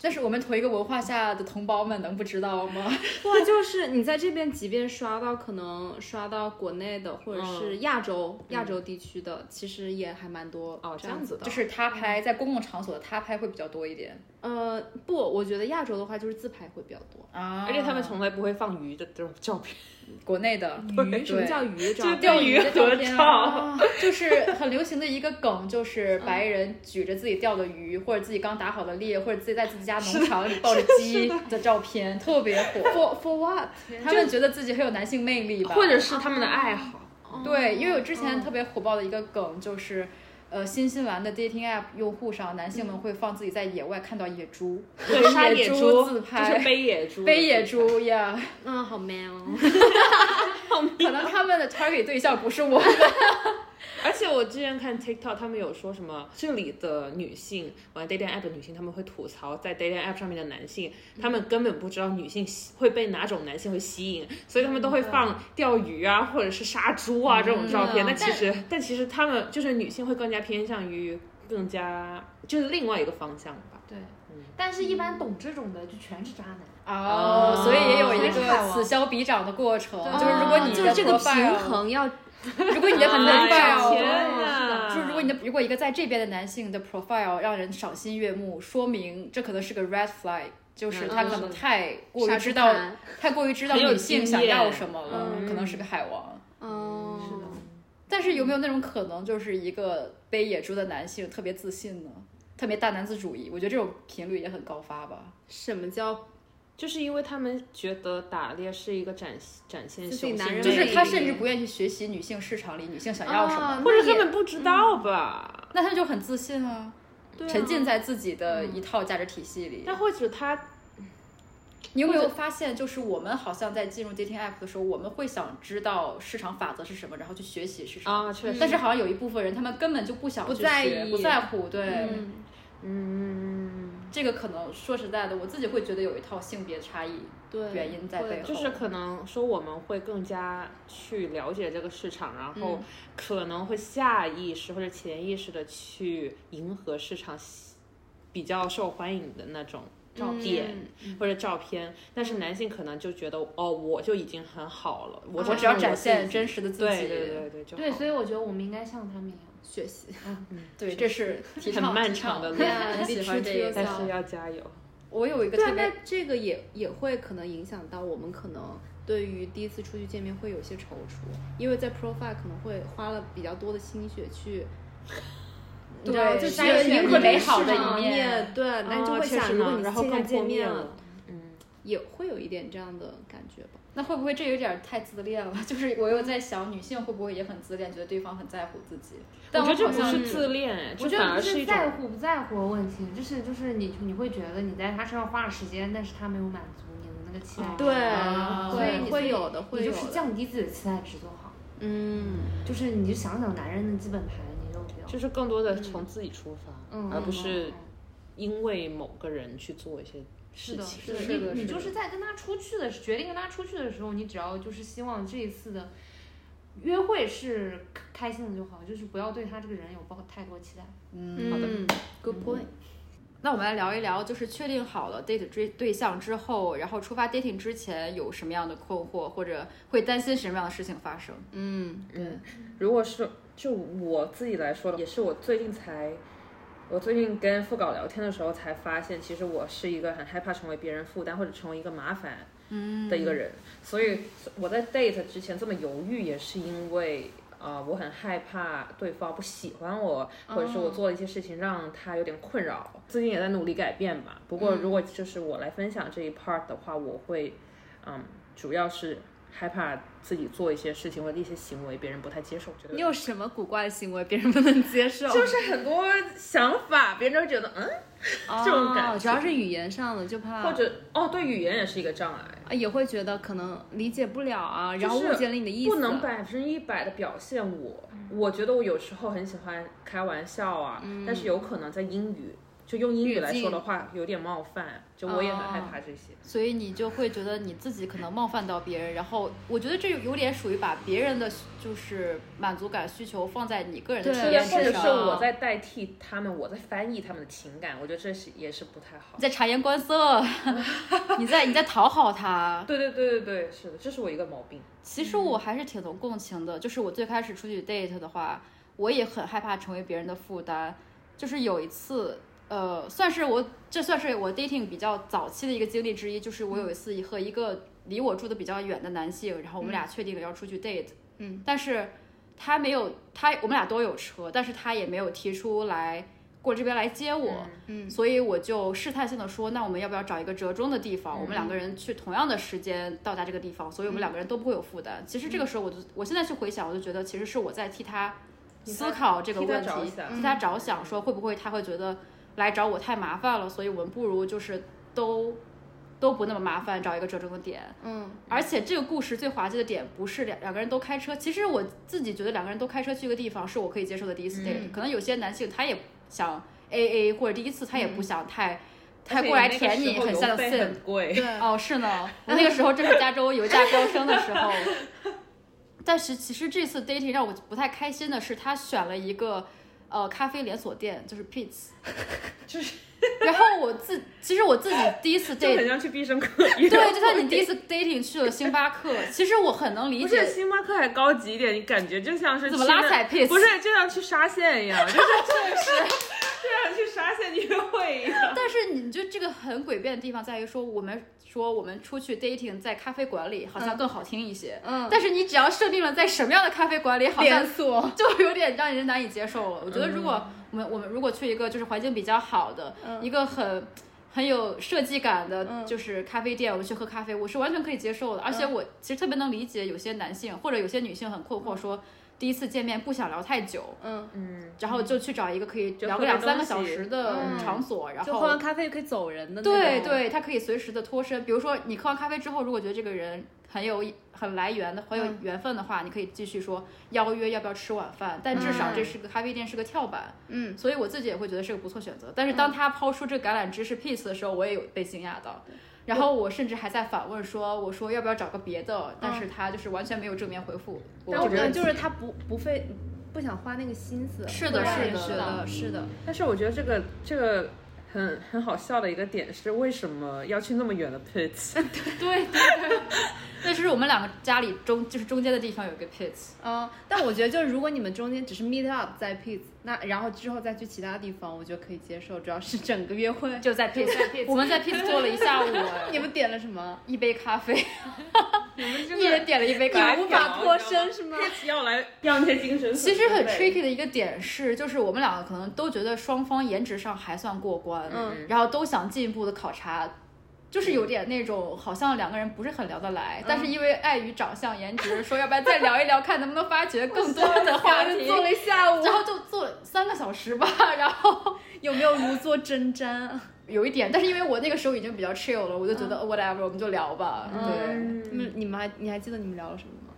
[SPEAKER 2] 但是我们同一个文化下的同胞们能不知道吗？
[SPEAKER 3] [laughs] 哇，就是你在这边，即便刷到可能刷到国内的或者
[SPEAKER 2] 嗯
[SPEAKER 3] 是亚洲、亚洲地区的，其实也还蛮多
[SPEAKER 1] 哦这
[SPEAKER 3] 这样子
[SPEAKER 1] 样子的
[SPEAKER 2] 就是他拍在公共场所的他拍会比较多一点
[SPEAKER 3] 呃，不，我觉得亚洲的话就是自拍会比较多。
[SPEAKER 2] 啊
[SPEAKER 1] 而且他们从来不会放鱼的这种照片，
[SPEAKER 2] 国内的
[SPEAKER 3] 鱼什么叫鱼？知
[SPEAKER 1] 就
[SPEAKER 3] 道吗
[SPEAKER 1] 啊钓鱼
[SPEAKER 2] 的照
[SPEAKER 1] 合
[SPEAKER 2] 片
[SPEAKER 1] 照。
[SPEAKER 2] 啊，就是很流行的一个梗，就是白人举着自己钓的鱼，或者自己刚打好的猎，或者自己在自己家农场里抱着鸡的照片，特别火。
[SPEAKER 3] for for what？
[SPEAKER 2] [laughs] 他们觉得自己很有男性魅力吧？
[SPEAKER 1] 或者是他们的爱好。
[SPEAKER 2] 对，因为我之前
[SPEAKER 4] 嗯
[SPEAKER 3] 哦
[SPEAKER 2] 特别火爆的一个梗就是。呃，新西兰的 dating app 用户上，男性们会放自己在野外看到野猪，
[SPEAKER 1] 对，杀
[SPEAKER 2] 野
[SPEAKER 1] 野
[SPEAKER 2] 猪
[SPEAKER 1] 猪
[SPEAKER 2] 自
[SPEAKER 1] 就
[SPEAKER 2] 拍
[SPEAKER 1] 是背野猪，
[SPEAKER 2] 背野，猪呀。
[SPEAKER 3] 嗯，好 man 哦。
[SPEAKER 2] 可能他们的 target 对象不是我。
[SPEAKER 1] 而且我之前看 TikTok，他们有说什么这里的女性玩 dating app 的女性，他们会吐槽在 dating app 上面的男性，他们根本不知道女性吸会被哪种男性会吸引，所以他们
[SPEAKER 2] 嗯
[SPEAKER 1] 都会放钓鱼啊，或者是杀猪啊这种照片。
[SPEAKER 3] 嗯
[SPEAKER 1] 但其实，但其实他们就是女性会更加偏向于更加就是另外一个方向吧。
[SPEAKER 4] 对，但是一般懂这种的就全是渣男。
[SPEAKER 2] 哦，所以也有一
[SPEAKER 4] 所以是海
[SPEAKER 2] 个
[SPEAKER 4] 王
[SPEAKER 2] 此消彼长的过程，
[SPEAKER 3] 对
[SPEAKER 2] 就是如果
[SPEAKER 3] 啊
[SPEAKER 2] 你
[SPEAKER 3] 就
[SPEAKER 2] 的
[SPEAKER 3] 是这个
[SPEAKER 2] profile
[SPEAKER 3] 平衡要 [laughs]
[SPEAKER 2] 如果你的
[SPEAKER 1] 哎呀
[SPEAKER 2] profile
[SPEAKER 1] 天哪
[SPEAKER 2] 哦
[SPEAKER 3] 啊
[SPEAKER 2] 就是如果你的如果一个在这边的男性的 profile 让人赏心悦目，说明这可能是个 red flag，就是他可能太过于知道、
[SPEAKER 3] 嗯
[SPEAKER 2] 太过于知道
[SPEAKER 1] 很有
[SPEAKER 2] 女性
[SPEAKER 1] 经
[SPEAKER 2] 想
[SPEAKER 1] 验
[SPEAKER 2] 要什么了，
[SPEAKER 1] 嗯
[SPEAKER 2] 可能是个海王。嗯
[SPEAKER 3] 哦，
[SPEAKER 1] 是的，
[SPEAKER 2] 但是有没有那种可能，就是一个背野猪的男性特别自信呢？特别大男子主义，我觉得这种频率也很高发吧。
[SPEAKER 3] 什么叫
[SPEAKER 1] 就是因为他们觉得打猎是一个展展现
[SPEAKER 3] 自己
[SPEAKER 1] 雄
[SPEAKER 3] 男
[SPEAKER 1] 性魅
[SPEAKER 3] 人
[SPEAKER 2] 就
[SPEAKER 1] 力，
[SPEAKER 2] 是他甚至不愿意去学习女性市场里女性想要什么，
[SPEAKER 3] 哦
[SPEAKER 1] 或者
[SPEAKER 3] 那也
[SPEAKER 1] 根本不知道吧？
[SPEAKER 2] 那他就很自信啊，
[SPEAKER 1] 对啊
[SPEAKER 2] 沉浸在自己的一套价值体系里。
[SPEAKER 1] 但或者他
[SPEAKER 2] 你有没有发现，就是我们好像在进入 dating app 的时候，我们会想知道市场法则是什么，然后去学习市场。嗯
[SPEAKER 1] 啊，确实，
[SPEAKER 2] 但是好像有一部分人，他们根本就不想
[SPEAKER 3] 不
[SPEAKER 2] 去
[SPEAKER 3] 在
[SPEAKER 2] 学
[SPEAKER 3] 意
[SPEAKER 2] 不在乎。对，
[SPEAKER 3] 嗯
[SPEAKER 1] 嗯，
[SPEAKER 2] 这个可能说实在的，我自己会觉得有一套性别差异
[SPEAKER 3] 对
[SPEAKER 2] 原因在
[SPEAKER 3] 会
[SPEAKER 2] 背后。
[SPEAKER 1] 就是可能说我们会更加去了解这个市场，然后可能会下意识或者潜意识的去迎合市场喜比较受欢迎的那种照
[SPEAKER 2] 嗯
[SPEAKER 1] 片、或者照片，但是男性可能就觉得哦，我就已经很好了，我
[SPEAKER 2] 哦我
[SPEAKER 1] 就
[SPEAKER 2] 只要
[SPEAKER 1] 是
[SPEAKER 2] 展
[SPEAKER 1] 自己
[SPEAKER 2] 现真实的自己。
[SPEAKER 1] 对对对对，就
[SPEAKER 4] 对，
[SPEAKER 1] 好
[SPEAKER 4] 所以我觉得我们应该像他们一样。
[SPEAKER 3] 学习？
[SPEAKER 2] 对这是提倡
[SPEAKER 1] 很漫
[SPEAKER 2] 提倡
[SPEAKER 1] 长的路
[SPEAKER 2] Yeah，喜欢这一
[SPEAKER 1] 但
[SPEAKER 2] 个。
[SPEAKER 1] 是要加油。
[SPEAKER 2] 我有一个
[SPEAKER 3] 对啊
[SPEAKER 2] 特，别
[SPEAKER 3] 那这个也也会可能影响到我们可能。对于第一次出去见面会有些踌躇，因为在 profile 可能会花了比较多的心血去，你知道
[SPEAKER 2] 对
[SPEAKER 3] 就
[SPEAKER 2] 筛
[SPEAKER 3] 是
[SPEAKER 2] 选
[SPEAKER 3] 迎合
[SPEAKER 2] 美
[SPEAKER 3] 这个
[SPEAKER 2] 好
[SPEAKER 3] 市
[SPEAKER 2] 的
[SPEAKER 3] 场
[SPEAKER 2] 一面
[SPEAKER 3] 对，呃那就
[SPEAKER 1] 哦
[SPEAKER 3] 会
[SPEAKER 1] 确
[SPEAKER 3] 想，
[SPEAKER 1] 实
[SPEAKER 3] 如果
[SPEAKER 1] 呢
[SPEAKER 3] 你
[SPEAKER 1] 然后
[SPEAKER 3] 线下
[SPEAKER 1] 更
[SPEAKER 3] 见
[SPEAKER 1] 见
[SPEAKER 3] 面
[SPEAKER 1] 面
[SPEAKER 3] 了，，
[SPEAKER 1] 嗯，
[SPEAKER 3] 也会有一点这样的感觉吧。
[SPEAKER 2] 那会不会这有点太自恋了？ [laughs] 就是我又在想，女性会不会也很自恋，觉得对方很在乎自己？
[SPEAKER 1] 我
[SPEAKER 2] 但
[SPEAKER 1] 觉得这
[SPEAKER 2] 好
[SPEAKER 1] 不
[SPEAKER 2] 像
[SPEAKER 1] 是自恋，
[SPEAKER 4] 我
[SPEAKER 1] 这
[SPEAKER 4] 觉
[SPEAKER 1] 反
[SPEAKER 4] 得不
[SPEAKER 1] 而一
[SPEAKER 4] 是
[SPEAKER 1] 种哦
[SPEAKER 4] 在乎不在乎的问题，就是就是你你会觉得你在他身上花了时间，但是他没有满足你的那个期待值，
[SPEAKER 3] 对
[SPEAKER 2] 啊，
[SPEAKER 4] 所以
[SPEAKER 3] 会
[SPEAKER 4] 你
[SPEAKER 3] 会有的，
[SPEAKER 4] 你
[SPEAKER 3] 会有
[SPEAKER 4] 就是
[SPEAKER 3] 的。
[SPEAKER 4] 降低自己的期待值就好，
[SPEAKER 3] 嗯，
[SPEAKER 4] 就是你就想想男人的基本盘，你就比较
[SPEAKER 1] 就是更多的从自己出发，
[SPEAKER 4] 嗯，
[SPEAKER 1] 而不
[SPEAKER 4] 嗯
[SPEAKER 1] 是
[SPEAKER 4] 嗯
[SPEAKER 1] 因为某个人去做一些
[SPEAKER 4] 是
[SPEAKER 1] 事
[SPEAKER 4] 的，
[SPEAKER 1] 情。
[SPEAKER 4] 是的，
[SPEAKER 2] 是的
[SPEAKER 4] 你
[SPEAKER 2] 是
[SPEAKER 4] 你
[SPEAKER 2] 的
[SPEAKER 4] 就是在跟他出去的时决定跟他出去的时候，你只要就是希望这一次的约会是开心的就好，就是不要对他这个人有抱太多期待。
[SPEAKER 2] 嗯，
[SPEAKER 1] 好的
[SPEAKER 3] 嗯，good point。
[SPEAKER 2] 那我们来聊一聊，就是确定好了 date 追对象之后，然后出发 dating 之前有什么样的困惑，或者会担心什么样的事情发生？
[SPEAKER 3] 嗯，
[SPEAKER 1] 嗯，如果是就我自己来说的，也是我最近才，我最近跟副稿聊天的时候才发现，其实我是一个很害怕成为别人负担或者成为一个麻烦的
[SPEAKER 3] 嗯
[SPEAKER 1] 一个人，所以我在 date 之前这么犹豫，也是因为。啊、我很害怕对方不喜欢我，或者是
[SPEAKER 3] 哦
[SPEAKER 1] 我做了一些事情让他有点困扰。最近也在努力改变吧。不过
[SPEAKER 3] 嗯
[SPEAKER 1] 如果就是我来分享这一 part 的话，我会，嗯，主要是害怕自己做一些事情或者一些行为别人不太接受，觉得
[SPEAKER 3] 你有什么古怪的行为别人不能接受？
[SPEAKER 1] 就是很多想法，别人都觉得嗯，这种感觉
[SPEAKER 3] 哦主要是语言上的，就
[SPEAKER 2] 啊
[SPEAKER 3] 怕
[SPEAKER 1] 或者哦，对语言也是一个障碍，
[SPEAKER 3] 啊也会觉得可能理解不了啊，
[SPEAKER 1] 是
[SPEAKER 3] 然后误解了你的意思。
[SPEAKER 1] 不能百分之一百的表现我。
[SPEAKER 2] 嗯
[SPEAKER 1] 我觉得我有时候很喜欢开玩笑啊，但是有可能在英语就用英语来说的话，有点冒犯，就我也很害怕这些。
[SPEAKER 2] 所以你就会觉得你自己可能冒犯到别人，然后我觉得这有点属于把别人的就是满足感需求放在你个哦人的
[SPEAKER 3] 对
[SPEAKER 2] 体
[SPEAKER 1] 也
[SPEAKER 2] 验
[SPEAKER 3] 是
[SPEAKER 1] 或者
[SPEAKER 2] 之
[SPEAKER 1] 是
[SPEAKER 2] 上，
[SPEAKER 1] 我在代替他们，我在翻译他们的情感，我觉得这是也是不太好
[SPEAKER 2] 你。在察言观色，你在你在讨好他。
[SPEAKER 1] 对对对对对，是的，这是我一个毛病。
[SPEAKER 2] 其实我还是挺能共情的，就是我最开始出去 date 的话，我也很害怕成为别人的负担。就是有一次，呃，算是我这算是我 dating 比较早期的一个经历之一，就是我有一次和一个离我住的比较远的男性，然后我们俩确定了要出去 date，
[SPEAKER 3] 嗯，
[SPEAKER 2] 但是他没有他我们俩都有车，但是他也没有提出来过这边来接我。
[SPEAKER 3] 嗯
[SPEAKER 2] 所以我就试探性的说，那我们要不要找一个折中的地方？
[SPEAKER 1] 嗯
[SPEAKER 2] 我们两个人去同样的时间到达这个地方，所以我们两个人都不会有负担。其实这个
[SPEAKER 1] 嗯
[SPEAKER 2] 时候，我就我现在去回想，我就觉得其实是我在替他
[SPEAKER 1] 替他
[SPEAKER 2] 思考这个
[SPEAKER 1] 替他
[SPEAKER 2] 问题，
[SPEAKER 1] 着想
[SPEAKER 2] 替他着想，说会不会他会觉得来找我太麻烦了，所以我们不如就是都都不那么麻烦，找一个折中的点。
[SPEAKER 3] 嗯
[SPEAKER 2] 而且这个故事最滑稽的点不是两两个人都开车，其实我自己觉得两个人都开车去一个地方是我可以接受的第一次 date，、可能有些男性他也想 A A，或者第一次他也不想太、太过来舔你，很像 sim。
[SPEAKER 1] 很贵。
[SPEAKER 3] 对，
[SPEAKER 2] 哦，是呢，我那个时候正是加州油价飙升的时候。但是其实这次 dating 让我不
[SPEAKER 1] [laughs]
[SPEAKER 2] 太开心的是，他选了一个呃咖啡连锁店，就是 Pete's，然后我自其实我自己第一次
[SPEAKER 1] 就
[SPEAKER 2] date，
[SPEAKER 1] 很像去必胜客一样。
[SPEAKER 2] 对，就像你第一次 dating 去了星巴克，其实我很能理
[SPEAKER 1] 不是
[SPEAKER 2] 解
[SPEAKER 1] 星巴克还高级一点，你感觉就像是
[SPEAKER 2] 怎么
[SPEAKER 1] 去那
[SPEAKER 2] 拉踩 piss
[SPEAKER 1] 不是就像去沙县一
[SPEAKER 2] [laughs]
[SPEAKER 1] 样，就是就是就像去沙县约会一样。
[SPEAKER 2] 但是你就这个很诡辩的地方在于说，我们说我们出去 dating 在咖啡馆里好像更好听一些，
[SPEAKER 3] 嗯，
[SPEAKER 2] 但是你只要设定了在什么样的咖啡馆里，好像
[SPEAKER 3] 连锁，
[SPEAKER 2] [laughs] 就有点让人难以接受了。我觉得如果我们我们如果去一个就是环境比较好的，
[SPEAKER 3] 嗯
[SPEAKER 2] 一个很。很有设计感的，
[SPEAKER 3] 嗯
[SPEAKER 2] 就是咖啡店，我们去喝咖啡，我是完全可以接受的。而且我其实特别能理解有些男性或者有些女性很困惑，说第一次见面不想聊太久，
[SPEAKER 3] 嗯，
[SPEAKER 1] 嗯，
[SPEAKER 2] 然后就去找一个可以
[SPEAKER 1] 就
[SPEAKER 2] 聊
[SPEAKER 1] 喝
[SPEAKER 2] 个两
[SPEAKER 1] 个
[SPEAKER 2] 三个
[SPEAKER 1] 东
[SPEAKER 2] 小
[SPEAKER 1] 西
[SPEAKER 2] 时的
[SPEAKER 3] 嗯
[SPEAKER 2] 场所，然
[SPEAKER 3] 就
[SPEAKER 2] 后
[SPEAKER 3] 喝完咖啡可以走人的那种。
[SPEAKER 2] 对对，他可以随时的脱身。比如说，你喝完咖啡之后，如果觉得这个人很有很来源的、很有
[SPEAKER 3] 嗯
[SPEAKER 2] 缘分的话，你可以继续说邀约要不要吃晚饭。但至少这
[SPEAKER 1] 嗯
[SPEAKER 2] 是个咖啡店，是个跳板，
[SPEAKER 3] 嗯，
[SPEAKER 2] 所以我自己也会觉得是个不错选择。但是当他抛出这个橄榄枝是 peace 的时候，我也有被惊讶到。然后我甚至还在反问说：“我说要不要找个别的？”但是他就是完全没有正面回复。
[SPEAKER 3] 但我
[SPEAKER 1] 觉
[SPEAKER 3] 觉
[SPEAKER 1] 得
[SPEAKER 3] 得嗯就是他不不费不想花那个心思。
[SPEAKER 2] 是的
[SPEAKER 3] 对
[SPEAKER 2] 是的嗯
[SPEAKER 3] 是的，是的。
[SPEAKER 1] [laughs] 但是我觉得这个这个很很好笑的一个点是，为什么要去那么远的
[SPEAKER 2] [laughs]
[SPEAKER 1] pits？
[SPEAKER 2] 对对对， [laughs] 那就是我们两个家里中就是中间的地方有一个 pits。
[SPEAKER 3] 嗯，但我觉得就是如果你们中间只是 meet up 在 Pitts，那然后之后再去其他地方，我觉得可以接受，主要是整个约
[SPEAKER 2] [laughs]
[SPEAKER 3] 会。
[SPEAKER 2] 就在 Peace，我们在 Peace 坐了一下午，啊
[SPEAKER 3] 你们点了什么？
[SPEAKER 2] 一杯咖
[SPEAKER 3] [laughs]
[SPEAKER 2] 啡，
[SPEAKER 1] 你们这
[SPEAKER 2] 一人点了一杯
[SPEAKER 3] 你
[SPEAKER 2] 咖啡。
[SPEAKER 3] 无法脱身是吗？
[SPEAKER 1] pits 要来要那些精神所
[SPEAKER 2] 其实
[SPEAKER 1] 需
[SPEAKER 2] 很
[SPEAKER 1] 呗
[SPEAKER 2] tricky 的一个点是，就是我们两个可能都觉得双方颜值上还算过关，
[SPEAKER 3] 嗯
[SPEAKER 2] 然后都想进一步的考察，就是有点那种好像两个人不是很聊得
[SPEAKER 3] 嗯
[SPEAKER 2] 来，但是因为碍于长相颜值，说要不然再聊一聊，看能不能发掘更多的话
[SPEAKER 3] 我
[SPEAKER 2] 题。
[SPEAKER 3] 坐啊了一下午，
[SPEAKER 2] 然后就坐三个小时吧，然后
[SPEAKER 3] [laughs] 有没有如坐针毡？
[SPEAKER 2] 有一点，但是因为我那个时候已经比较 chill 了，我就觉得、哦 whatever，我们就聊吧。对，
[SPEAKER 3] 嗯，你们你们还你还记得你们聊了什么吗？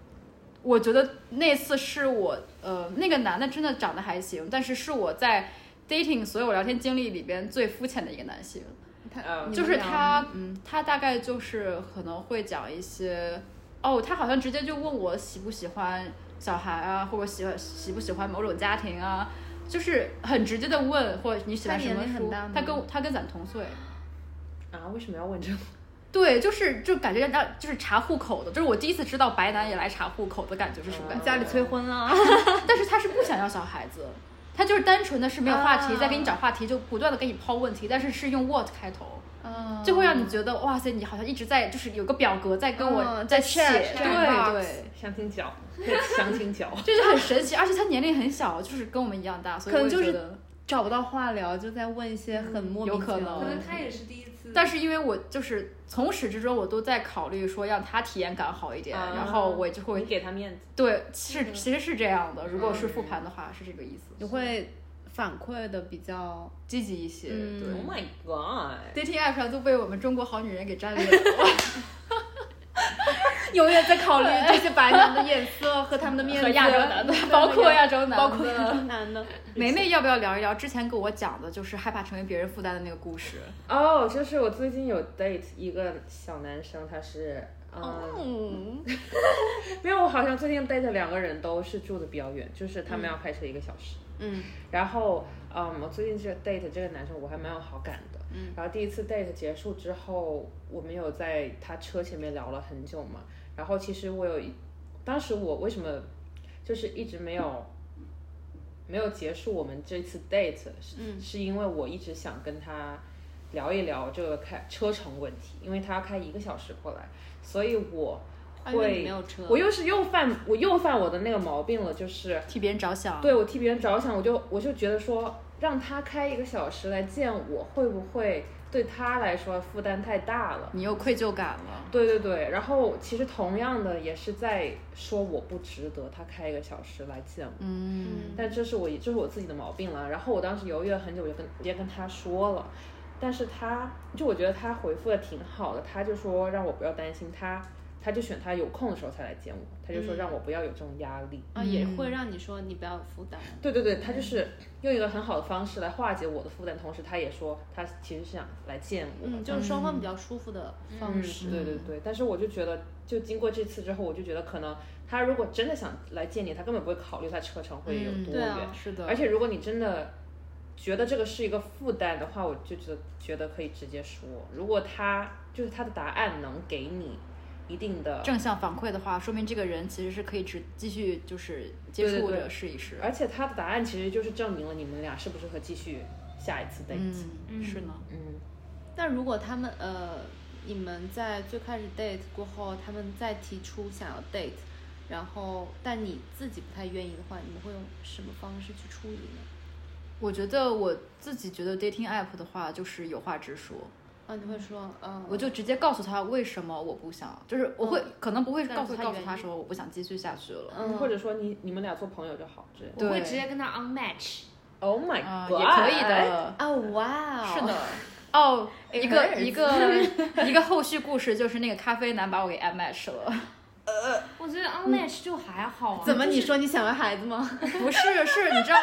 [SPEAKER 2] 我觉得那次是我，呃，那个男的真的长得还行，但是是我在 dating 所有聊天经历里边最肤浅的一个男性。
[SPEAKER 1] 呃
[SPEAKER 3] 你们
[SPEAKER 2] 就是
[SPEAKER 3] 聊
[SPEAKER 2] 他
[SPEAKER 3] 吗嗯，
[SPEAKER 2] 他大概就是可能会讲一些，哦，他好像直接就问我喜不喜欢小孩啊，或者喜欢喜不喜欢某种家庭啊，就是很直接的问，或者你喜欢
[SPEAKER 3] 他
[SPEAKER 2] 什
[SPEAKER 3] 年
[SPEAKER 2] 么
[SPEAKER 3] 龄很
[SPEAKER 2] 书
[SPEAKER 3] 大吗。
[SPEAKER 2] 他跟我他跟咱同岁。
[SPEAKER 1] 啊，为什么要问这个？
[SPEAKER 2] 对，就是就感觉到就是查户口的，就是我第一次知道白男也来查户口的感觉是什么感觉。
[SPEAKER 3] 家里催婚啊，
[SPEAKER 2] 但是他是不想要小孩子，他就是单纯的是没有话题，
[SPEAKER 3] 啊
[SPEAKER 2] 在给你找话题，就不断的给你抛问题，但是是用 what 开头，
[SPEAKER 3] 嗯
[SPEAKER 2] 就会让你觉得哇塞，你好像一直在就是有个表格在跟我
[SPEAKER 3] 嗯
[SPEAKER 2] 在
[SPEAKER 3] 在
[SPEAKER 2] 写，
[SPEAKER 3] check，check
[SPEAKER 2] 对
[SPEAKER 3] box
[SPEAKER 2] 对，
[SPEAKER 1] [laughs] 相亲角，相亲角。
[SPEAKER 2] 就是很神奇，而且他年龄很小，就是跟我们一样大，所以
[SPEAKER 3] 可能
[SPEAKER 2] 我也
[SPEAKER 3] 就是
[SPEAKER 2] 觉得
[SPEAKER 3] 找不到话聊，就在问一些很莫名
[SPEAKER 2] 有可
[SPEAKER 3] 其妙
[SPEAKER 2] 能
[SPEAKER 3] 的
[SPEAKER 5] 可
[SPEAKER 3] 问
[SPEAKER 5] 能
[SPEAKER 3] 题。
[SPEAKER 5] 他也是第一次，
[SPEAKER 2] 但是因为我就是从始至终我都在考虑说让他体验感好一点，
[SPEAKER 1] 啊
[SPEAKER 2] 然后我就
[SPEAKER 1] [laughs] 你
[SPEAKER 2] 会
[SPEAKER 1] 给他面子，
[SPEAKER 2] 对
[SPEAKER 3] 嗯
[SPEAKER 2] 是其实是这样的，如果是复盘的话是这个意思，
[SPEAKER 3] 你会反馈的比较，
[SPEAKER 2] 积极一些。
[SPEAKER 3] 嗯
[SPEAKER 1] ，Oh my god！
[SPEAKER 2] 对 dating app 上都被我们中国好女人给占领了。
[SPEAKER 3] 永远在考虑这些白男的眼色和他们的面
[SPEAKER 2] 和
[SPEAKER 3] 子，
[SPEAKER 2] 亚洲男的
[SPEAKER 3] [laughs]
[SPEAKER 2] [laughs]
[SPEAKER 3] 对，
[SPEAKER 2] 包括亚洲男的，
[SPEAKER 3] 包 [laughs] 括亚
[SPEAKER 2] 呃
[SPEAKER 3] 洲男的。
[SPEAKER 2] 梅梅要不要聊一聊之前跟我讲的，就是害怕成为别人负担的那个故事？
[SPEAKER 1] 哦，就是我最近有 date 一个小男生，他是，嗯，
[SPEAKER 3] 嗯，
[SPEAKER 1] [laughs] 没有，我好像最近 date 两个人都是住的比较远，就是他们要开车一个小时。
[SPEAKER 3] 嗯，
[SPEAKER 1] 然后，嗯，我最近这 date 这个男生我还蛮有好感的。嗯，然后第一次 date 结束之后，我们有在他车前面聊了很久嘛。然后其实我有一，当时我为什么就是一直没有没有结束我们这次 date，是、
[SPEAKER 3] 嗯
[SPEAKER 1] 是因为我一直想跟他聊一聊这个开车程问题，因为他要开一个小时过来，所以我
[SPEAKER 3] 因为哎你
[SPEAKER 1] 会
[SPEAKER 3] 没有车
[SPEAKER 1] 我又是又犯我又犯我的那个毛病了，就是
[SPEAKER 2] 替别人着想，
[SPEAKER 1] 对我替别人着想，我就我就觉得说，让他开一个小时来见我，会不会对他来说负担太大了？
[SPEAKER 2] 你有愧疚感了。
[SPEAKER 1] 对对对，然后其实同样的也是在说我不值得他开一个小时来见我，
[SPEAKER 2] 嗯，
[SPEAKER 1] 但这是我这是我自己的毛病了。然后我当时犹豫了很久，我就跟我就跟他说了，但是他就我觉得他回复的挺好的，他就说让我不要担心他，他就选他有空的时候才来见我，他就说
[SPEAKER 3] 嗯
[SPEAKER 1] 让我不要有这种压力。嗯
[SPEAKER 3] 啊，也会让你说你不要有负担。
[SPEAKER 1] 对对对，他就是用一个很好的方式来化解我的负担，同时他也说他其实是想来见我。嗯
[SPEAKER 3] 嗯，就是双方比较舒服的方式。嗯
[SPEAKER 1] 对对对，但是我就觉得，就经过这次之后，我就觉得可能他如果真的想来见你，他根本不会考虑他车程会有多
[SPEAKER 3] 嗯对
[SPEAKER 1] 远，
[SPEAKER 3] 啊，
[SPEAKER 2] 是的，
[SPEAKER 1] 而且如果你真的觉得这个是一个负担的话，我就觉得觉得可以直接说。如果他就是他的答案能给你一定的，
[SPEAKER 2] 正向反馈的话，说明这个人其实是可以只继续就是接
[SPEAKER 1] 对对
[SPEAKER 2] 触
[SPEAKER 1] 对
[SPEAKER 2] 着试一试。
[SPEAKER 1] 而且他的答案其实就是证明了你们俩适不适合继续下一次 date。
[SPEAKER 2] 嗯，是呢。
[SPEAKER 1] 嗯，
[SPEAKER 3] 那如果他们呃，你们在最开始 date 过后，他们再提出想要 date，然后但你自己不太愿意的话，你们会用什么方式去处理呢？
[SPEAKER 2] 我觉得我自己觉得 dating app 的话，就是有话直说，
[SPEAKER 3] 啊，你会说，嗯，
[SPEAKER 2] 我就直接告诉他为什么我不想，就是我会、可能不会
[SPEAKER 3] 但
[SPEAKER 2] 告诉
[SPEAKER 3] 会
[SPEAKER 2] 告诉
[SPEAKER 3] 原
[SPEAKER 2] 他
[SPEAKER 3] 因
[SPEAKER 2] 说我不想继续下去了。
[SPEAKER 3] 嗯
[SPEAKER 1] 或者说你你们俩做朋友就好之类的。
[SPEAKER 4] 我会
[SPEAKER 2] 对
[SPEAKER 4] 直接跟他
[SPEAKER 5] 嗯
[SPEAKER 4] unmatch。
[SPEAKER 1] Oh my
[SPEAKER 2] 啊、
[SPEAKER 1] god，
[SPEAKER 2] 也可以。的。
[SPEAKER 3] 啊，哇哦，
[SPEAKER 2] 是的。哦，一个
[SPEAKER 3] hurts
[SPEAKER 2] 一个一个后续故事就是那个咖啡男把我给 m match 了，
[SPEAKER 4] 我觉得 unmatch 就还好啊。
[SPEAKER 3] 怎么你说你想要孩子吗？
[SPEAKER 2] [laughs] 不是，是你知道，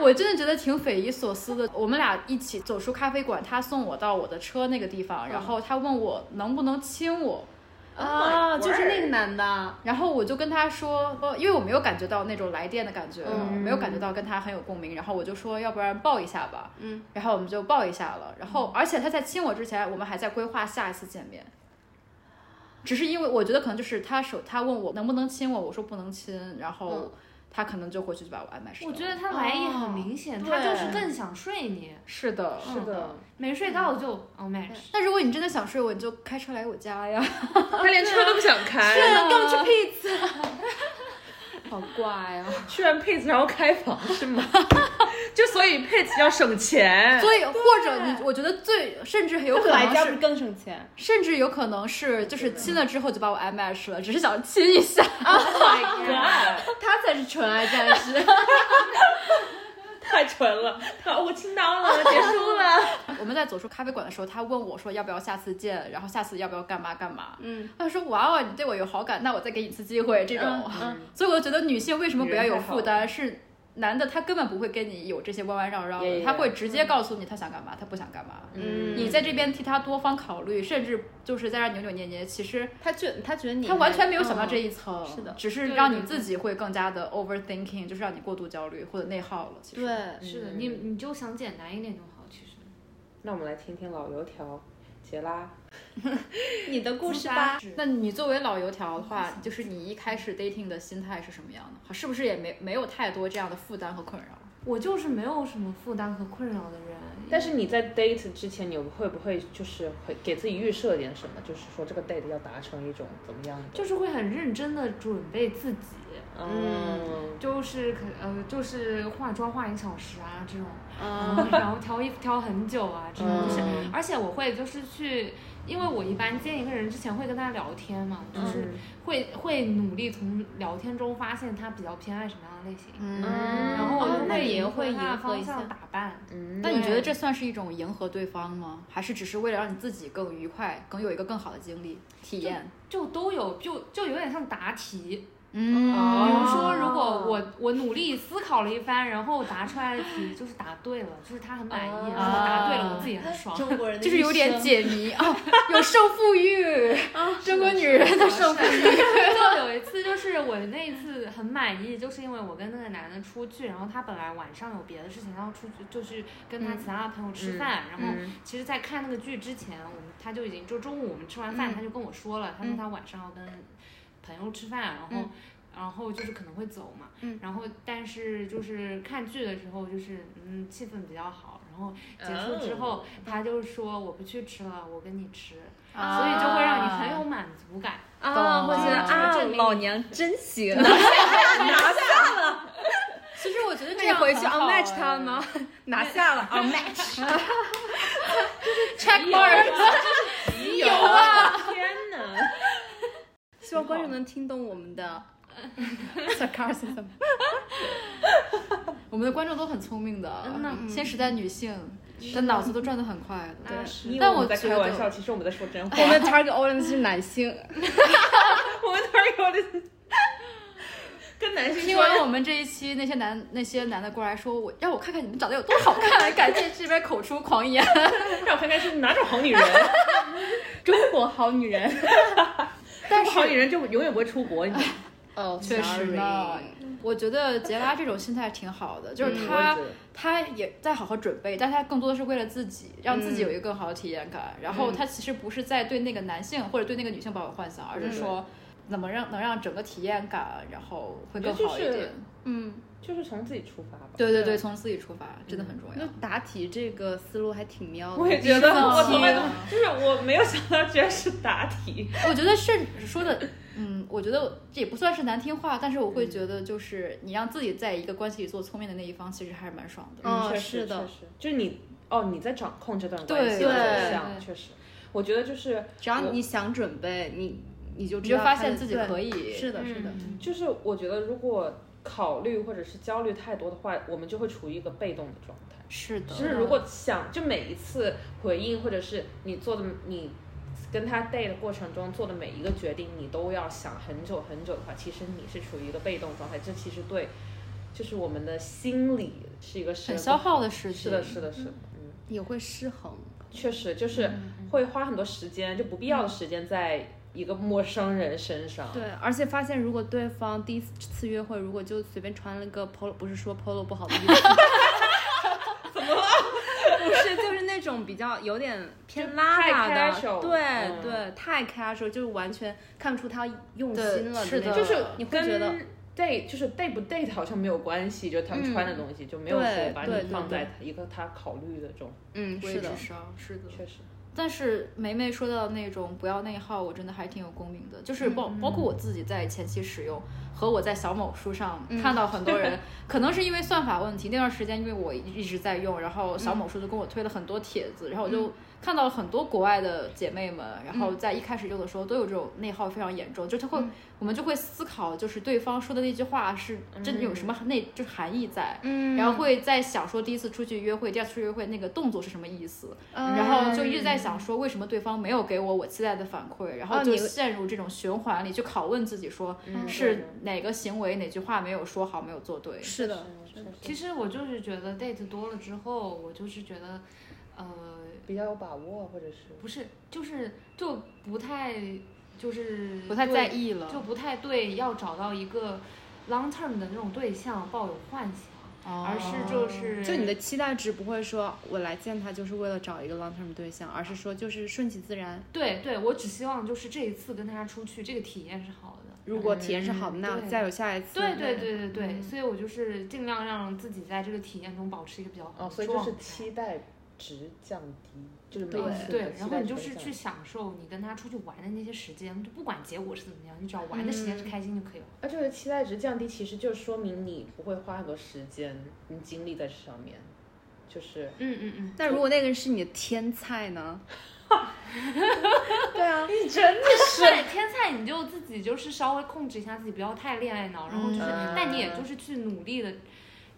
[SPEAKER 2] 我真的觉得挺匪夷所思的。我们俩一起走出咖啡馆，他送我到我的车那个地方，然后他问我能不能亲我，
[SPEAKER 3] 啊，就是那个男的，
[SPEAKER 2] 然后我就跟他说，呃，因为我没有感觉到那种来电的感觉，
[SPEAKER 3] 嗯
[SPEAKER 2] 没有感觉到跟他很有共鸣，然后我就说，要不然抱一下吧，
[SPEAKER 3] 嗯，
[SPEAKER 2] 然后我们就抱一下了，然后而且他在亲我之前，我们还在规划下一次见面。只是因为我觉得可能就是他手，他问我能不能亲我，我说不能亲，然后
[SPEAKER 3] 嗯
[SPEAKER 2] 他可能就回去就把我安排上了。
[SPEAKER 4] 我觉得他来意很明显，
[SPEAKER 3] 哦
[SPEAKER 4] 他就是
[SPEAKER 3] 对
[SPEAKER 4] 更想睡你，
[SPEAKER 2] 是的，
[SPEAKER 4] 嗯
[SPEAKER 1] 是的，
[SPEAKER 4] 没睡到就 unmatch。
[SPEAKER 2] 那如果你真的想睡我，你就开车来我家呀。
[SPEAKER 1] 他连车都不想
[SPEAKER 3] 对
[SPEAKER 1] 开，
[SPEAKER 2] [laughs]
[SPEAKER 3] 啊，跟我们去 Pizza，好怪哦。
[SPEAKER 4] [laughs]
[SPEAKER 1] 居然 Pete 然后开房是
[SPEAKER 2] [laughs]
[SPEAKER 1] 吗？就所以 Pete 要省钱。
[SPEAKER 2] 所以或者你，我觉得最甚至有
[SPEAKER 3] 他
[SPEAKER 2] 可
[SPEAKER 3] 来
[SPEAKER 2] 能
[SPEAKER 3] 家不是
[SPEAKER 2] 是，
[SPEAKER 3] 更省钱
[SPEAKER 2] 甚至有可能是就是亲了之后就把我 M H 了，只是想亲一下。 [laughs]
[SPEAKER 3] ？Oh my god，他才是纯爱战士。
[SPEAKER 1] 太纯了，他我亲到 [laughs] 了，结束了。
[SPEAKER 2] 我们在走出咖啡馆的时候，他问我说要不要下次见，然后下次要不要干嘛干嘛。
[SPEAKER 3] 嗯
[SPEAKER 2] 他说哇哦哇，你对我有好感，那我再给你一次机会这种。
[SPEAKER 3] 嗯
[SPEAKER 2] 所以我觉得女性为什么不要有负
[SPEAKER 1] 女
[SPEAKER 2] 担是。男的他根本不会跟你有这些弯弯绕绕的
[SPEAKER 1] Yeah, yeah,
[SPEAKER 2] 他会直接告诉你他想干嘛，他不想干嘛。
[SPEAKER 3] 嗯
[SPEAKER 2] 你在这边替他多方考虑，甚至就是在这儿扭扭捏捏，其实
[SPEAKER 3] 他觉他觉得你
[SPEAKER 2] 他完全没有想到
[SPEAKER 3] 嗯
[SPEAKER 2] 这一层，
[SPEAKER 3] 是的
[SPEAKER 2] 只是让你自己会更加的 overthinking，就是让你过度焦虑或者内耗了。其实，
[SPEAKER 3] 对，
[SPEAKER 4] 是
[SPEAKER 5] 嗯
[SPEAKER 4] 的，你你就想简单一点就好，其实。
[SPEAKER 1] 那我们来听听老油条杰拉，
[SPEAKER 3] 你的故
[SPEAKER 4] 自
[SPEAKER 3] 事
[SPEAKER 4] 杀
[SPEAKER 3] 吧。
[SPEAKER 2] 那你作为老油条的话，就是你一开始 dating 的心态是什么样的？是不是也没没有太多这样的负担和困扰？
[SPEAKER 4] 我就是没有什么负担和困扰的人，
[SPEAKER 1] 但是你在 date 之前，你会不会就是会给自己预设点什么？就是说这个 date 要达成一种怎么样的？
[SPEAKER 4] 就是会很认真的准备自己，
[SPEAKER 1] 嗯，
[SPEAKER 4] 就是可呃就是化妆化一小时啊这种，
[SPEAKER 3] 嗯，
[SPEAKER 4] [laughs] 然后挑衣服挑很久啊这种，就是
[SPEAKER 1] 嗯
[SPEAKER 4] 而且我会就是去，因为我一般见一个人之前会跟他聊天嘛，就是
[SPEAKER 3] 嗯
[SPEAKER 4] 会会努力从聊天中发现他比较偏爱什么样的类型，
[SPEAKER 1] 嗯
[SPEAKER 4] 然后我
[SPEAKER 3] 哦
[SPEAKER 4] 就
[SPEAKER 3] 那
[SPEAKER 4] 会
[SPEAKER 3] 你也
[SPEAKER 4] 迎
[SPEAKER 3] 会
[SPEAKER 4] 合他的
[SPEAKER 3] 迎合一
[SPEAKER 4] 方
[SPEAKER 3] 下
[SPEAKER 4] 向打扮。
[SPEAKER 1] 嗯，
[SPEAKER 2] 那你觉得
[SPEAKER 4] 对
[SPEAKER 2] 这算是一种迎合对方吗？还是只是为了让你自己更愉快，更有一个更好的经历体验？
[SPEAKER 4] 就都有，就就有点像答题。
[SPEAKER 2] 嗯，
[SPEAKER 4] 比
[SPEAKER 1] 哦
[SPEAKER 4] 如说，如果我我努力思考了一番，然后答出来的题就是答对了，就是他很满意，
[SPEAKER 3] 啊
[SPEAKER 4] 然后答对了，我自己也很爽。
[SPEAKER 3] [laughs] 中国人的
[SPEAKER 2] 就是有点解谜
[SPEAKER 3] 哦
[SPEAKER 2] 啊，有胜负欲，
[SPEAKER 3] 啊，
[SPEAKER 2] 中国女人的胜 [laughs] 负欲。
[SPEAKER 4] 就有一次，就是我那一次很满意，就是因为我跟那个男的出去，然后他本来晚上有别的事情要出去，就是跟
[SPEAKER 2] 嗯
[SPEAKER 4] 他其他的朋友吃饭，然后其实，在看那个剧之前，我们他就已经就中午我们吃完饭，
[SPEAKER 2] 嗯
[SPEAKER 4] 他就跟我说了，他说他晚上要跟朋友吃饭，然后、
[SPEAKER 2] 嗯
[SPEAKER 4] 然后就是可能会走嘛，
[SPEAKER 2] 嗯
[SPEAKER 4] 然后但是就是看剧的时候，就是嗯气氛比较好，然后结束
[SPEAKER 2] 哦
[SPEAKER 4] 之后、他就说我不去吃了，我跟你吃，
[SPEAKER 2] 啊
[SPEAKER 4] 所以就会让你很有满足感。
[SPEAKER 2] 懂了
[SPEAKER 3] 啊，会觉得
[SPEAKER 4] 这
[SPEAKER 3] 啊
[SPEAKER 4] 证，明
[SPEAKER 3] 老娘真行。
[SPEAKER 2] 其实我觉得
[SPEAKER 3] 那
[SPEAKER 2] 这
[SPEAKER 3] 你
[SPEAKER 2] 样
[SPEAKER 3] 回去
[SPEAKER 2] 很好
[SPEAKER 3] unmatch 他们吗？拿下了 unmatch。
[SPEAKER 2] ？Check mark。
[SPEAKER 1] 有啊！天哪！
[SPEAKER 3] 希望观众能听懂我们的 sarcasm。
[SPEAKER 2] 我们的观众都很聪明的，
[SPEAKER 4] 嗯呐
[SPEAKER 2] 新时代女性的脑子都转得很快的。
[SPEAKER 4] 啊
[SPEAKER 2] 对，
[SPEAKER 4] 是
[SPEAKER 1] 你以为
[SPEAKER 2] 但
[SPEAKER 1] 我
[SPEAKER 2] 我
[SPEAKER 1] 们在
[SPEAKER 2] 觉
[SPEAKER 1] 开玩
[SPEAKER 2] 得
[SPEAKER 1] 笑，其实我们在说真
[SPEAKER 2] [laughs]
[SPEAKER 1] 话。
[SPEAKER 3] [laughs] 我们 target audience 是男性。
[SPEAKER 1] 我们哪有的？跟男性
[SPEAKER 2] 听
[SPEAKER 1] 说
[SPEAKER 2] 完我们这一期，那些男那些男的过来说，我让我看看你们长得有多好看，感谢这边口出狂 [laughs] 言。
[SPEAKER 1] 让我看看是哪种好女
[SPEAKER 2] [laughs]
[SPEAKER 1] 人，
[SPEAKER 3] 中国好女人。
[SPEAKER 1] 但是好女人就永远不会出国，你知道吗
[SPEAKER 2] 哦，
[SPEAKER 3] 确实呢
[SPEAKER 2] sorry 我觉得杰拉这种心态挺好的，就是他、他也在好好准备，但他更多的是为了自己，让自己有一个更好的体验感。然后他其实不是在对那个男性或者对那个女性抱有幻想，而是说怎么让能让整个体验感，然后会更好一
[SPEAKER 1] 我觉得就
[SPEAKER 2] 点
[SPEAKER 1] 是。
[SPEAKER 3] 嗯，
[SPEAKER 1] 就是从自己出发吧。
[SPEAKER 2] 对对对，从自己出发真的很重
[SPEAKER 3] 那
[SPEAKER 2] 要。
[SPEAKER 3] 答题这个思路还挺
[SPEAKER 2] 哦
[SPEAKER 3] 妙的。
[SPEAKER 1] 我也觉得，
[SPEAKER 2] 放
[SPEAKER 1] 我从来都
[SPEAKER 2] 心
[SPEAKER 1] 就是我没有想到居然是答题，
[SPEAKER 2] 我觉得甚说的，嗯，我觉得这也不算是难听话，但是我会觉得就是你让自己在一个关系里做聪明的那一方，其实还是蛮爽的。
[SPEAKER 3] 嗯
[SPEAKER 1] 确
[SPEAKER 3] 是
[SPEAKER 1] 实
[SPEAKER 3] 的
[SPEAKER 1] 确实，就是你哦，你在掌控这段
[SPEAKER 2] 对
[SPEAKER 1] 关系，我觉得
[SPEAKER 3] 对
[SPEAKER 1] 像确实，我觉得就是
[SPEAKER 3] 只要你想准备，你你就
[SPEAKER 2] 你
[SPEAKER 3] 知
[SPEAKER 2] 就
[SPEAKER 3] 道
[SPEAKER 2] 发
[SPEAKER 3] 它
[SPEAKER 2] 现自己
[SPEAKER 3] 对
[SPEAKER 2] 可以，嗯
[SPEAKER 3] 是的，
[SPEAKER 4] 嗯
[SPEAKER 3] 是的，
[SPEAKER 1] 就是，我觉得如果考虑或者是焦虑太多的话，我们就会处于一个被动的状态。
[SPEAKER 2] 是的，
[SPEAKER 1] 就是如果想，就每一次回应或者是你做的你跟他 date 的过程中做的每一个决定，你都要想很久很久的话，其实你是处于一个被动状态，这其实对，就是我们的心理是一个是
[SPEAKER 2] 很消。耗的事情。
[SPEAKER 1] 是的，是的，是的，
[SPEAKER 3] 也会失衡。
[SPEAKER 1] 确实
[SPEAKER 3] 嗯
[SPEAKER 1] 就是会花很多时间，就不必要的时间在一个陌生人身上。
[SPEAKER 3] 对，而且发现如果对方第一次约会，如果就随便穿了个 polo，不是说 polo 不好的意思，
[SPEAKER 2] [laughs]
[SPEAKER 3] 怎么了？ [laughs] 不是，就是那种比较有点偏拉拉
[SPEAKER 1] 太
[SPEAKER 3] 的，
[SPEAKER 1] casual，
[SPEAKER 3] 对、
[SPEAKER 1] 嗯
[SPEAKER 3] 对，太 casual，就是完全看不出他用
[SPEAKER 2] 对
[SPEAKER 3] 心了
[SPEAKER 2] 是
[SPEAKER 3] 那
[SPEAKER 2] 的
[SPEAKER 3] 种
[SPEAKER 1] 就是
[SPEAKER 3] 你会觉得
[SPEAKER 1] date 就是 date 不 date 好像没有关系，就是他们穿的东西、就没有
[SPEAKER 3] 嗯对
[SPEAKER 1] 说把
[SPEAKER 3] 对
[SPEAKER 1] 你
[SPEAKER 3] 对
[SPEAKER 1] 放
[SPEAKER 3] 对
[SPEAKER 1] 在一个他考虑的这种，
[SPEAKER 3] 嗯，
[SPEAKER 2] 位
[SPEAKER 3] 是
[SPEAKER 2] 置
[SPEAKER 3] 的，
[SPEAKER 2] 上是的，
[SPEAKER 1] 确实，
[SPEAKER 2] 但是梅梅说到那种不要内耗，我真的还挺有共鸣的。就是包包括我自己在前期使用，和我在小某书上看到很多人，可能是因为算法问题，那段时间因为我一直在用，然后小某书就跟我推了很多帖子，然后我就看到了很多国外的姐妹们，然后在一开始用的时候都有这种内耗非常严重，就她会，我们就会思考，就是对方说的那句话是真有什么内就是含义在，
[SPEAKER 3] 嗯
[SPEAKER 2] 然后会在想说第一次出去约会，第二次出去约会那个动作是什么意思，
[SPEAKER 3] 嗯
[SPEAKER 2] 然后就一直在想说为什么对方没有给我我期待的反馈，然
[SPEAKER 3] 哦
[SPEAKER 2] 后就
[SPEAKER 3] 你
[SPEAKER 2] 陷入这种循环里，去拷问自己说
[SPEAKER 1] 嗯
[SPEAKER 3] 嗯
[SPEAKER 2] 是哪个行为哪句话没有说好，没有做对。
[SPEAKER 3] 呃是的，
[SPEAKER 1] 确实
[SPEAKER 4] 其实我就是觉得 date 多了之后，我就是觉得，呃，
[SPEAKER 1] 比较有把握，或者是
[SPEAKER 4] 不是，就是就不太就是
[SPEAKER 2] 不太在
[SPEAKER 4] 对
[SPEAKER 2] 意了，
[SPEAKER 4] 就不太对要找到一个 long term 的那种对象抱有幻想，
[SPEAKER 2] 哦
[SPEAKER 4] 而是就是
[SPEAKER 3] 哦就你的期待值不会说我来见他就是为了找一个 long term 对象，而是说就是顺其自然。
[SPEAKER 4] 对对，我只希望就是这一次跟他出去，这个体验是好的。
[SPEAKER 3] 如果体验是好的，
[SPEAKER 4] 嗯
[SPEAKER 3] 那
[SPEAKER 4] 对
[SPEAKER 3] 再有下一次。
[SPEAKER 4] 对对对对对，所以我就是尽量让自己在这个体验中保持一个比较好
[SPEAKER 1] 哦，
[SPEAKER 4] 的
[SPEAKER 1] 所以就
[SPEAKER 4] 状
[SPEAKER 1] 是
[SPEAKER 4] 态。
[SPEAKER 1] 期待值降低，就是每
[SPEAKER 3] 对
[SPEAKER 1] 一次的
[SPEAKER 4] 对，
[SPEAKER 1] 期
[SPEAKER 4] 然后
[SPEAKER 1] 待
[SPEAKER 4] 你
[SPEAKER 1] 值
[SPEAKER 4] 就
[SPEAKER 1] 会
[SPEAKER 4] 是
[SPEAKER 1] 降
[SPEAKER 4] 去
[SPEAKER 1] 低，
[SPEAKER 4] 享受你跟他出去玩的那些时间，就不管结果是怎么样，你只要玩的时间是开心就可以了。
[SPEAKER 1] 而这个期待值降低，其实就说明你不会花很多时间、你精力在这上面，就是
[SPEAKER 4] 嗯嗯嗯，
[SPEAKER 3] 那如果那个人是你的天菜呢？对啊，
[SPEAKER 1] 你真的
[SPEAKER 4] 对，天菜你就自己就是稍微控制一下自己，不要太恋爱脑，然后就是，
[SPEAKER 1] 嗯
[SPEAKER 4] 但你也就是去努力的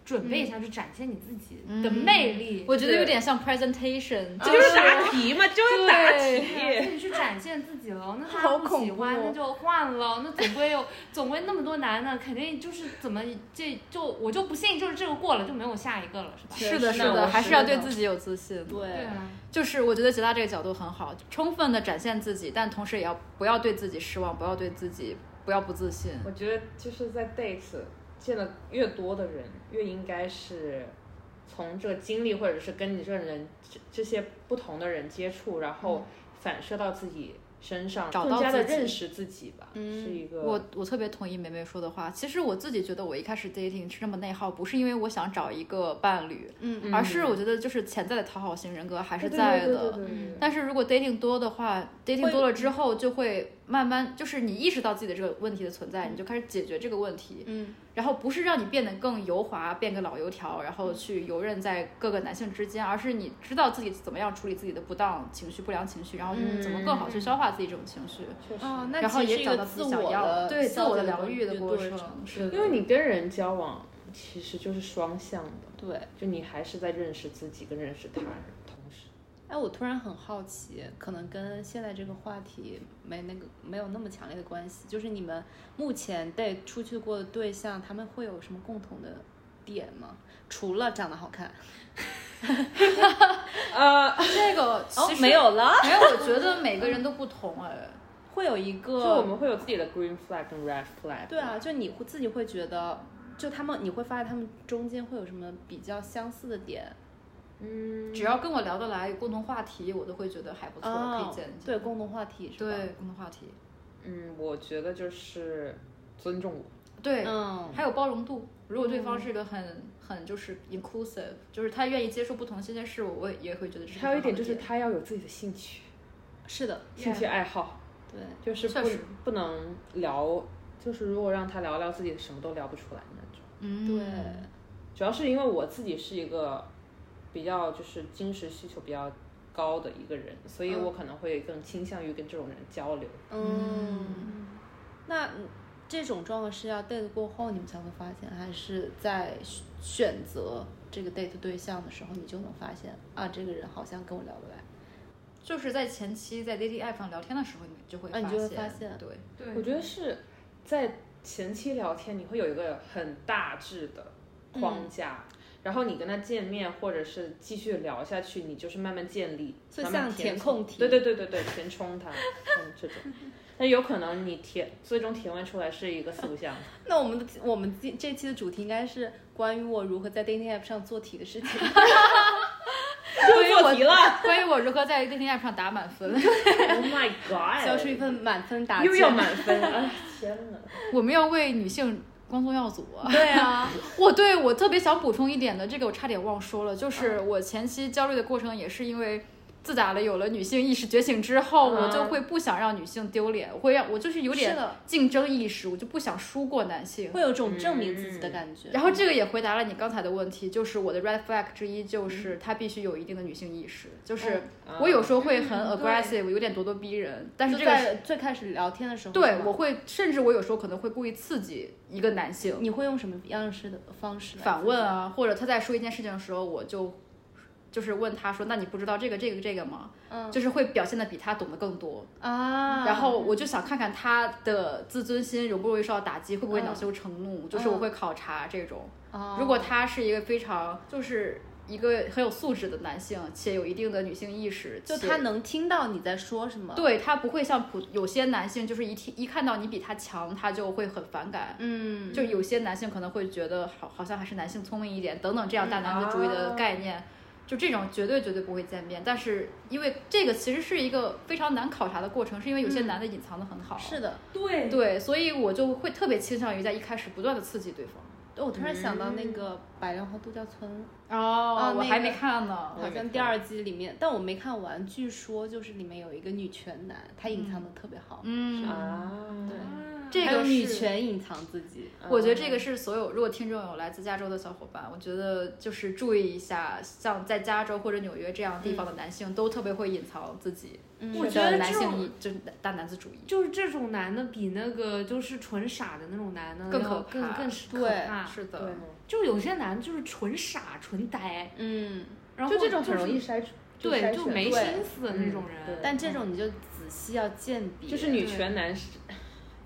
[SPEAKER 4] 准备一下，去展现你自己的魅力。
[SPEAKER 2] 我觉得有点像 presentation，
[SPEAKER 1] 这 [laughs] 就是答题
[SPEAKER 2] [laughs]
[SPEAKER 1] 嘛，就是答
[SPEAKER 4] 对啊
[SPEAKER 1] 题， [laughs]
[SPEAKER 4] 自己去展现自己了，那
[SPEAKER 3] 好
[SPEAKER 4] 他不
[SPEAKER 3] 恐
[SPEAKER 4] 喜
[SPEAKER 3] 怖
[SPEAKER 4] 欢
[SPEAKER 3] 哦
[SPEAKER 4] 那就换了，那总归有总归那么多男的，肯定就是怎么这就我就不信就是这个过了就没有下一个了，是吧？
[SPEAKER 2] 是的，是
[SPEAKER 1] 那我
[SPEAKER 2] 的，还
[SPEAKER 1] 是
[SPEAKER 2] 是要
[SPEAKER 1] 那
[SPEAKER 2] 对
[SPEAKER 1] 种
[SPEAKER 2] 自己有自信。
[SPEAKER 4] 对
[SPEAKER 3] 对
[SPEAKER 4] 啊，
[SPEAKER 2] 就是我觉得吉拉这个角度很好，充分的展现自己，但同时也要不要对自己失望，不要对自己不要不自信。
[SPEAKER 1] 我觉得就是在 date 见的越多的人，越应该是从这个经历，或者是跟你这个人这这些不同的人接触，然后反射到自己身上，
[SPEAKER 2] 嗯找
[SPEAKER 1] 更
[SPEAKER 2] 到
[SPEAKER 1] 加的
[SPEAKER 2] 自己
[SPEAKER 1] 认识自己吧，
[SPEAKER 3] 嗯
[SPEAKER 1] 是一个
[SPEAKER 2] 我我特别同意梅梅说的话。其实我自己觉得，我一开始 dating 是这么内耗，不是因为我想找一个伴侣，
[SPEAKER 3] 嗯，
[SPEAKER 2] 而是我觉得就是潜在的讨好型人格还
[SPEAKER 1] 还
[SPEAKER 2] 是在的。
[SPEAKER 1] 嗯
[SPEAKER 2] 但是如果 dating 多的话，dating
[SPEAKER 1] 会
[SPEAKER 2] 多了之后，就会慢慢就是你意识到自己的这个问题的存在，你就开始解决这个问题。
[SPEAKER 3] 嗯，
[SPEAKER 2] 然后不是让你变得更油滑，变个老油条，然后去游刃在各个男性之间，而是你知道自己怎么样处理自己的不当情绪、不良情绪，然后怎么更好去消化自己这种情绪。
[SPEAKER 1] 确实，
[SPEAKER 3] 哦，那
[SPEAKER 2] 然后
[SPEAKER 3] 其实
[SPEAKER 2] 也
[SPEAKER 3] 是一
[SPEAKER 2] 找
[SPEAKER 3] 个
[SPEAKER 2] 到自
[SPEAKER 3] 自
[SPEAKER 2] 己想
[SPEAKER 3] 我
[SPEAKER 2] 要
[SPEAKER 3] 的
[SPEAKER 2] 对自我的
[SPEAKER 3] 的
[SPEAKER 2] 疗愈的过
[SPEAKER 3] 对
[SPEAKER 2] 程是
[SPEAKER 1] 因为你跟人交往其实就是双向的，
[SPEAKER 3] 对，
[SPEAKER 1] 就你还是在认识自己跟认识他人同时。
[SPEAKER 3] 哎，我突然很好奇，可能跟现在这个话题没那个没有那么强烈的关系，就是你们目前带出去过的对象，他们会有什么共同的点吗？除了长得好看，
[SPEAKER 1] 呃，
[SPEAKER 2] 这个其
[SPEAKER 3] 哦
[SPEAKER 2] 实、，
[SPEAKER 3] 没有了。
[SPEAKER 2] 没有，我觉得每个人都不同哎。
[SPEAKER 3] 会有一
[SPEAKER 1] 就我
[SPEAKER 3] 个，
[SPEAKER 1] 们会有自己的 green flag 跟 red flag。
[SPEAKER 3] 对啊，就你会自己会觉得，就他们你会发现他们中间会有什么比较相似的点，
[SPEAKER 1] 嗯，
[SPEAKER 2] 只要跟我聊得来，有共同话题，我都会觉得还不错，
[SPEAKER 3] 哦
[SPEAKER 2] 可以建立。
[SPEAKER 3] 对共同话题是吧？
[SPEAKER 2] 对，共同话题，
[SPEAKER 1] 嗯，我觉得就是尊重我。
[SPEAKER 2] 对，
[SPEAKER 3] 嗯，
[SPEAKER 2] 还有包容度。如果对方是一个很、很就是 inclusive，就是他愿意接受不同新鲜事物，我也会觉得这是
[SPEAKER 1] 还有一点就是
[SPEAKER 2] 很好
[SPEAKER 1] 他要有自己的兴趣、
[SPEAKER 3] 是的，
[SPEAKER 2] Yeah
[SPEAKER 1] 兴趣爱好，
[SPEAKER 3] 对，
[SPEAKER 1] 就是
[SPEAKER 2] 确
[SPEAKER 1] 不
[SPEAKER 2] 实
[SPEAKER 1] 不能聊，就是如果让他聊聊自己什么都聊不出来那种。
[SPEAKER 2] 的点
[SPEAKER 3] 对
[SPEAKER 2] 嗯，
[SPEAKER 1] 主要是因为我自己是一个比较就是精神需求比较高的一个人，所以
[SPEAKER 3] 嗯
[SPEAKER 1] 我可能会更倾向于跟这种人交流。
[SPEAKER 3] 嗯，那这种状况是要 date 过后你们才会发现，还是在选选择这个 date 对象的时候你就能发现啊，这个人好像跟我聊得来，
[SPEAKER 2] 就是在前期在 dating app 上聊天的时候，你就会
[SPEAKER 3] 啊你就会发现
[SPEAKER 2] 对，
[SPEAKER 4] 对
[SPEAKER 1] 我觉得是在前期聊天，你会有一个很大致的框架，然后你跟他见面或者是继续聊下去，你就是慢慢建立，
[SPEAKER 3] 所以
[SPEAKER 1] 慢慢
[SPEAKER 3] 像
[SPEAKER 1] 填
[SPEAKER 3] 填
[SPEAKER 1] 充
[SPEAKER 3] 空题
[SPEAKER 1] 对对对对对，填充它，嗯，这种。但有可能你填最终填问出来是一个四不像，
[SPEAKER 3] 那我们的我们这这期的主题应该是关于我如何在 dating app 上做题的事情。
[SPEAKER 1] 又 [laughs] 做题了
[SPEAKER 2] 关于我如何在 dating app 上打满分， [laughs]
[SPEAKER 1] ，Oh my God，
[SPEAKER 3] 交出一份满分答卷。
[SPEAKER 1] 又要满分，哎天哪！
[SPEAKER 2] 我们要为女性光宗耀祖啊！
[SPEAKER 3] 对啊，
[SPEAKER 2] 我对我特别想补充一点的，这个我差点忘说了，就是我前期焦虑的过程也是因为。自打了有了女性意识觉醒之后，
[SPEAKER 1] 嗯
[SPEAKER 2] 我就会不想让女性丢脸，我会让我就是有点
[SPEAKER 3] 是的
[SPEAKER 2] 竞争意识，我就不想输过男性。
[SPEAKER 3] 会有种证明自己的感觉。
[SPEAKER 2] 然后这个也回答了你刚才的问题，就是我的 red flag 之一
[SPEAKER 3] 嗯
[SPEAKER 2] 就是他必须有一定的女性意识，
[SPEAKER 3] 哦
[SPEAKER 2] 就是
[SPEAKER 1] 嗯
[SPEAKER 2] 我有时候会很
[SPEAKER 4] 嗯
[SPEAKER 2] aggressive，有点咄咄逼人，但是
[SPEAKER 3] 就
[SPEAKER 2] 这个是
[SPEAKER 3] 在最开始聊天的时候，
[SPEAKER 2] 对
[SPEAKER 3] 是吗
[SPEAKER 2] 我会，甚至我有时候可能会故意刺激一个男性，
[SPEAKER 3] 你会用什么样式的方式来
[SPEAKER 2] 反问啊，或者他在说一件事情的时候，我就就是问他说：“那你不知道这个这个这个吗？”
[SPEAKER 3] 嗯
[SPEAKER 2] 就是会表现的比他懂得更多，
[SPEAKER 3] 啊？
[SPEAKER 2] 然后我就想看看他的自尊心容不容易受到打击，会不会
[SPEAKER 3] 嗯
[SPEAKER 2] 恼羞成怒，就是我会考察这种。
[SPEAKER 3] 啊
[SPEAKER 2] 如果他是一个非常就是一个很有素质的男性，且有一定的女性意识，
[SPEAKER 3] 就
[SPEAKER 2] 且
[SPEAKER 3] 他能听到你在说什么，，
[SPEAKER 2] 对他不会像普有些男性，就是一听一看到你比他强，他就会很反感。
[SPEAKER 3] 嗯，
[SPEAKER 2] 就有些男性可能会觉得好，好像还是男性聪明一点等等这样大男子主义的概念，就这种绝对绝对不会渐变。但是因为这个其实是一个非常难考察的过程，是因为有些男的隐藏的很好，啊
[SPEAKER 3] 是的。
[SPEAKER 4] 对
[SPEAKER 2] 对，所以我就会特别倾向于在一开始不断的刺激对方。
[SPEAKER 3] 我突然想到那个《百梁红度假村》，
[SPEAKER 2] 哦
[SPEAKER 3] 我
[SPEAKER 2] 我还
[SPEAKER 3] 还没
[SPEAKER 2] 哦没看呢。
[SPEAKER 3] 好像第二季里面，但我没看完。据说就是里面有一个女权男，他隐藏的特别好，
[SPEAKER 2] 嗯，
[SPEAKER 1] 啊，
[SPEAKER 3] 对
[SPEAKER 2] 这
[SPEAKER 3] 还有
[SPEAKER 2] 个
[SPEAKER 3] 女
[SPEAKER 2] 是
[SPEAKER 3] 权隐藏自己，
[SPEAKER 2] 我
[SPEAKER 1] 嗯
[SPEAKER 2] 觉得这个是所有，如果听众有来自加州的小伙伴，我觉得就是注意一下，像在加州或者纽约这样地方的男性，都特别会隐藏自己
[SPEAKER 3] 嗯
[SPEAKER 4] 我觉
[SPEAKER 2] 的
[SPEAKER 4] 得
[SPEAKER 2] 男
[SPEAKER 4] 这
[SPEAKER 2] 性
[SPEAKER 4] 种
[SPEAKER 2] 意，就是大男子主义。
[SPEAKER 4] 就是这种男的比那个就是纯傻的那种男的
[SPEAKER 2] 更
[SPEAKER 4] 要
[SPEAKER 2] 可
[SPEAKER 4] 更
[SPEAKER 2] 怕
[SPEAKER 4] 更是可
[SPEAKER 3] 对
[SPEAKER 4] 怕。
[SPEAKER 2] 是
[SPEAKER 1] 对
[SPEAKER 2] 的，，
[SPEAKER 4] 就有些男的就是纯傻纯呆，
[SPEAKER 3] 嗯，
[SPEAKER 4] 然后
[SPEAKER 1] 就这种很
[SPEAKER 4] 是
[SPEAKER 1] 容易筛，筛
[SPEAKER 4] 对就
[SPEAKER 1] 选
[SPEAKER 4] 没
[SPEAKER 1] 出来
[SPEAKER 4] 心思的那种
[SPEAKER 1] 嗯对
[SPEAKER 4] 人。
[SPEAKER 3] 但这种你就仔细要鉴别，
[SPEAKER 1] 就是女权男是，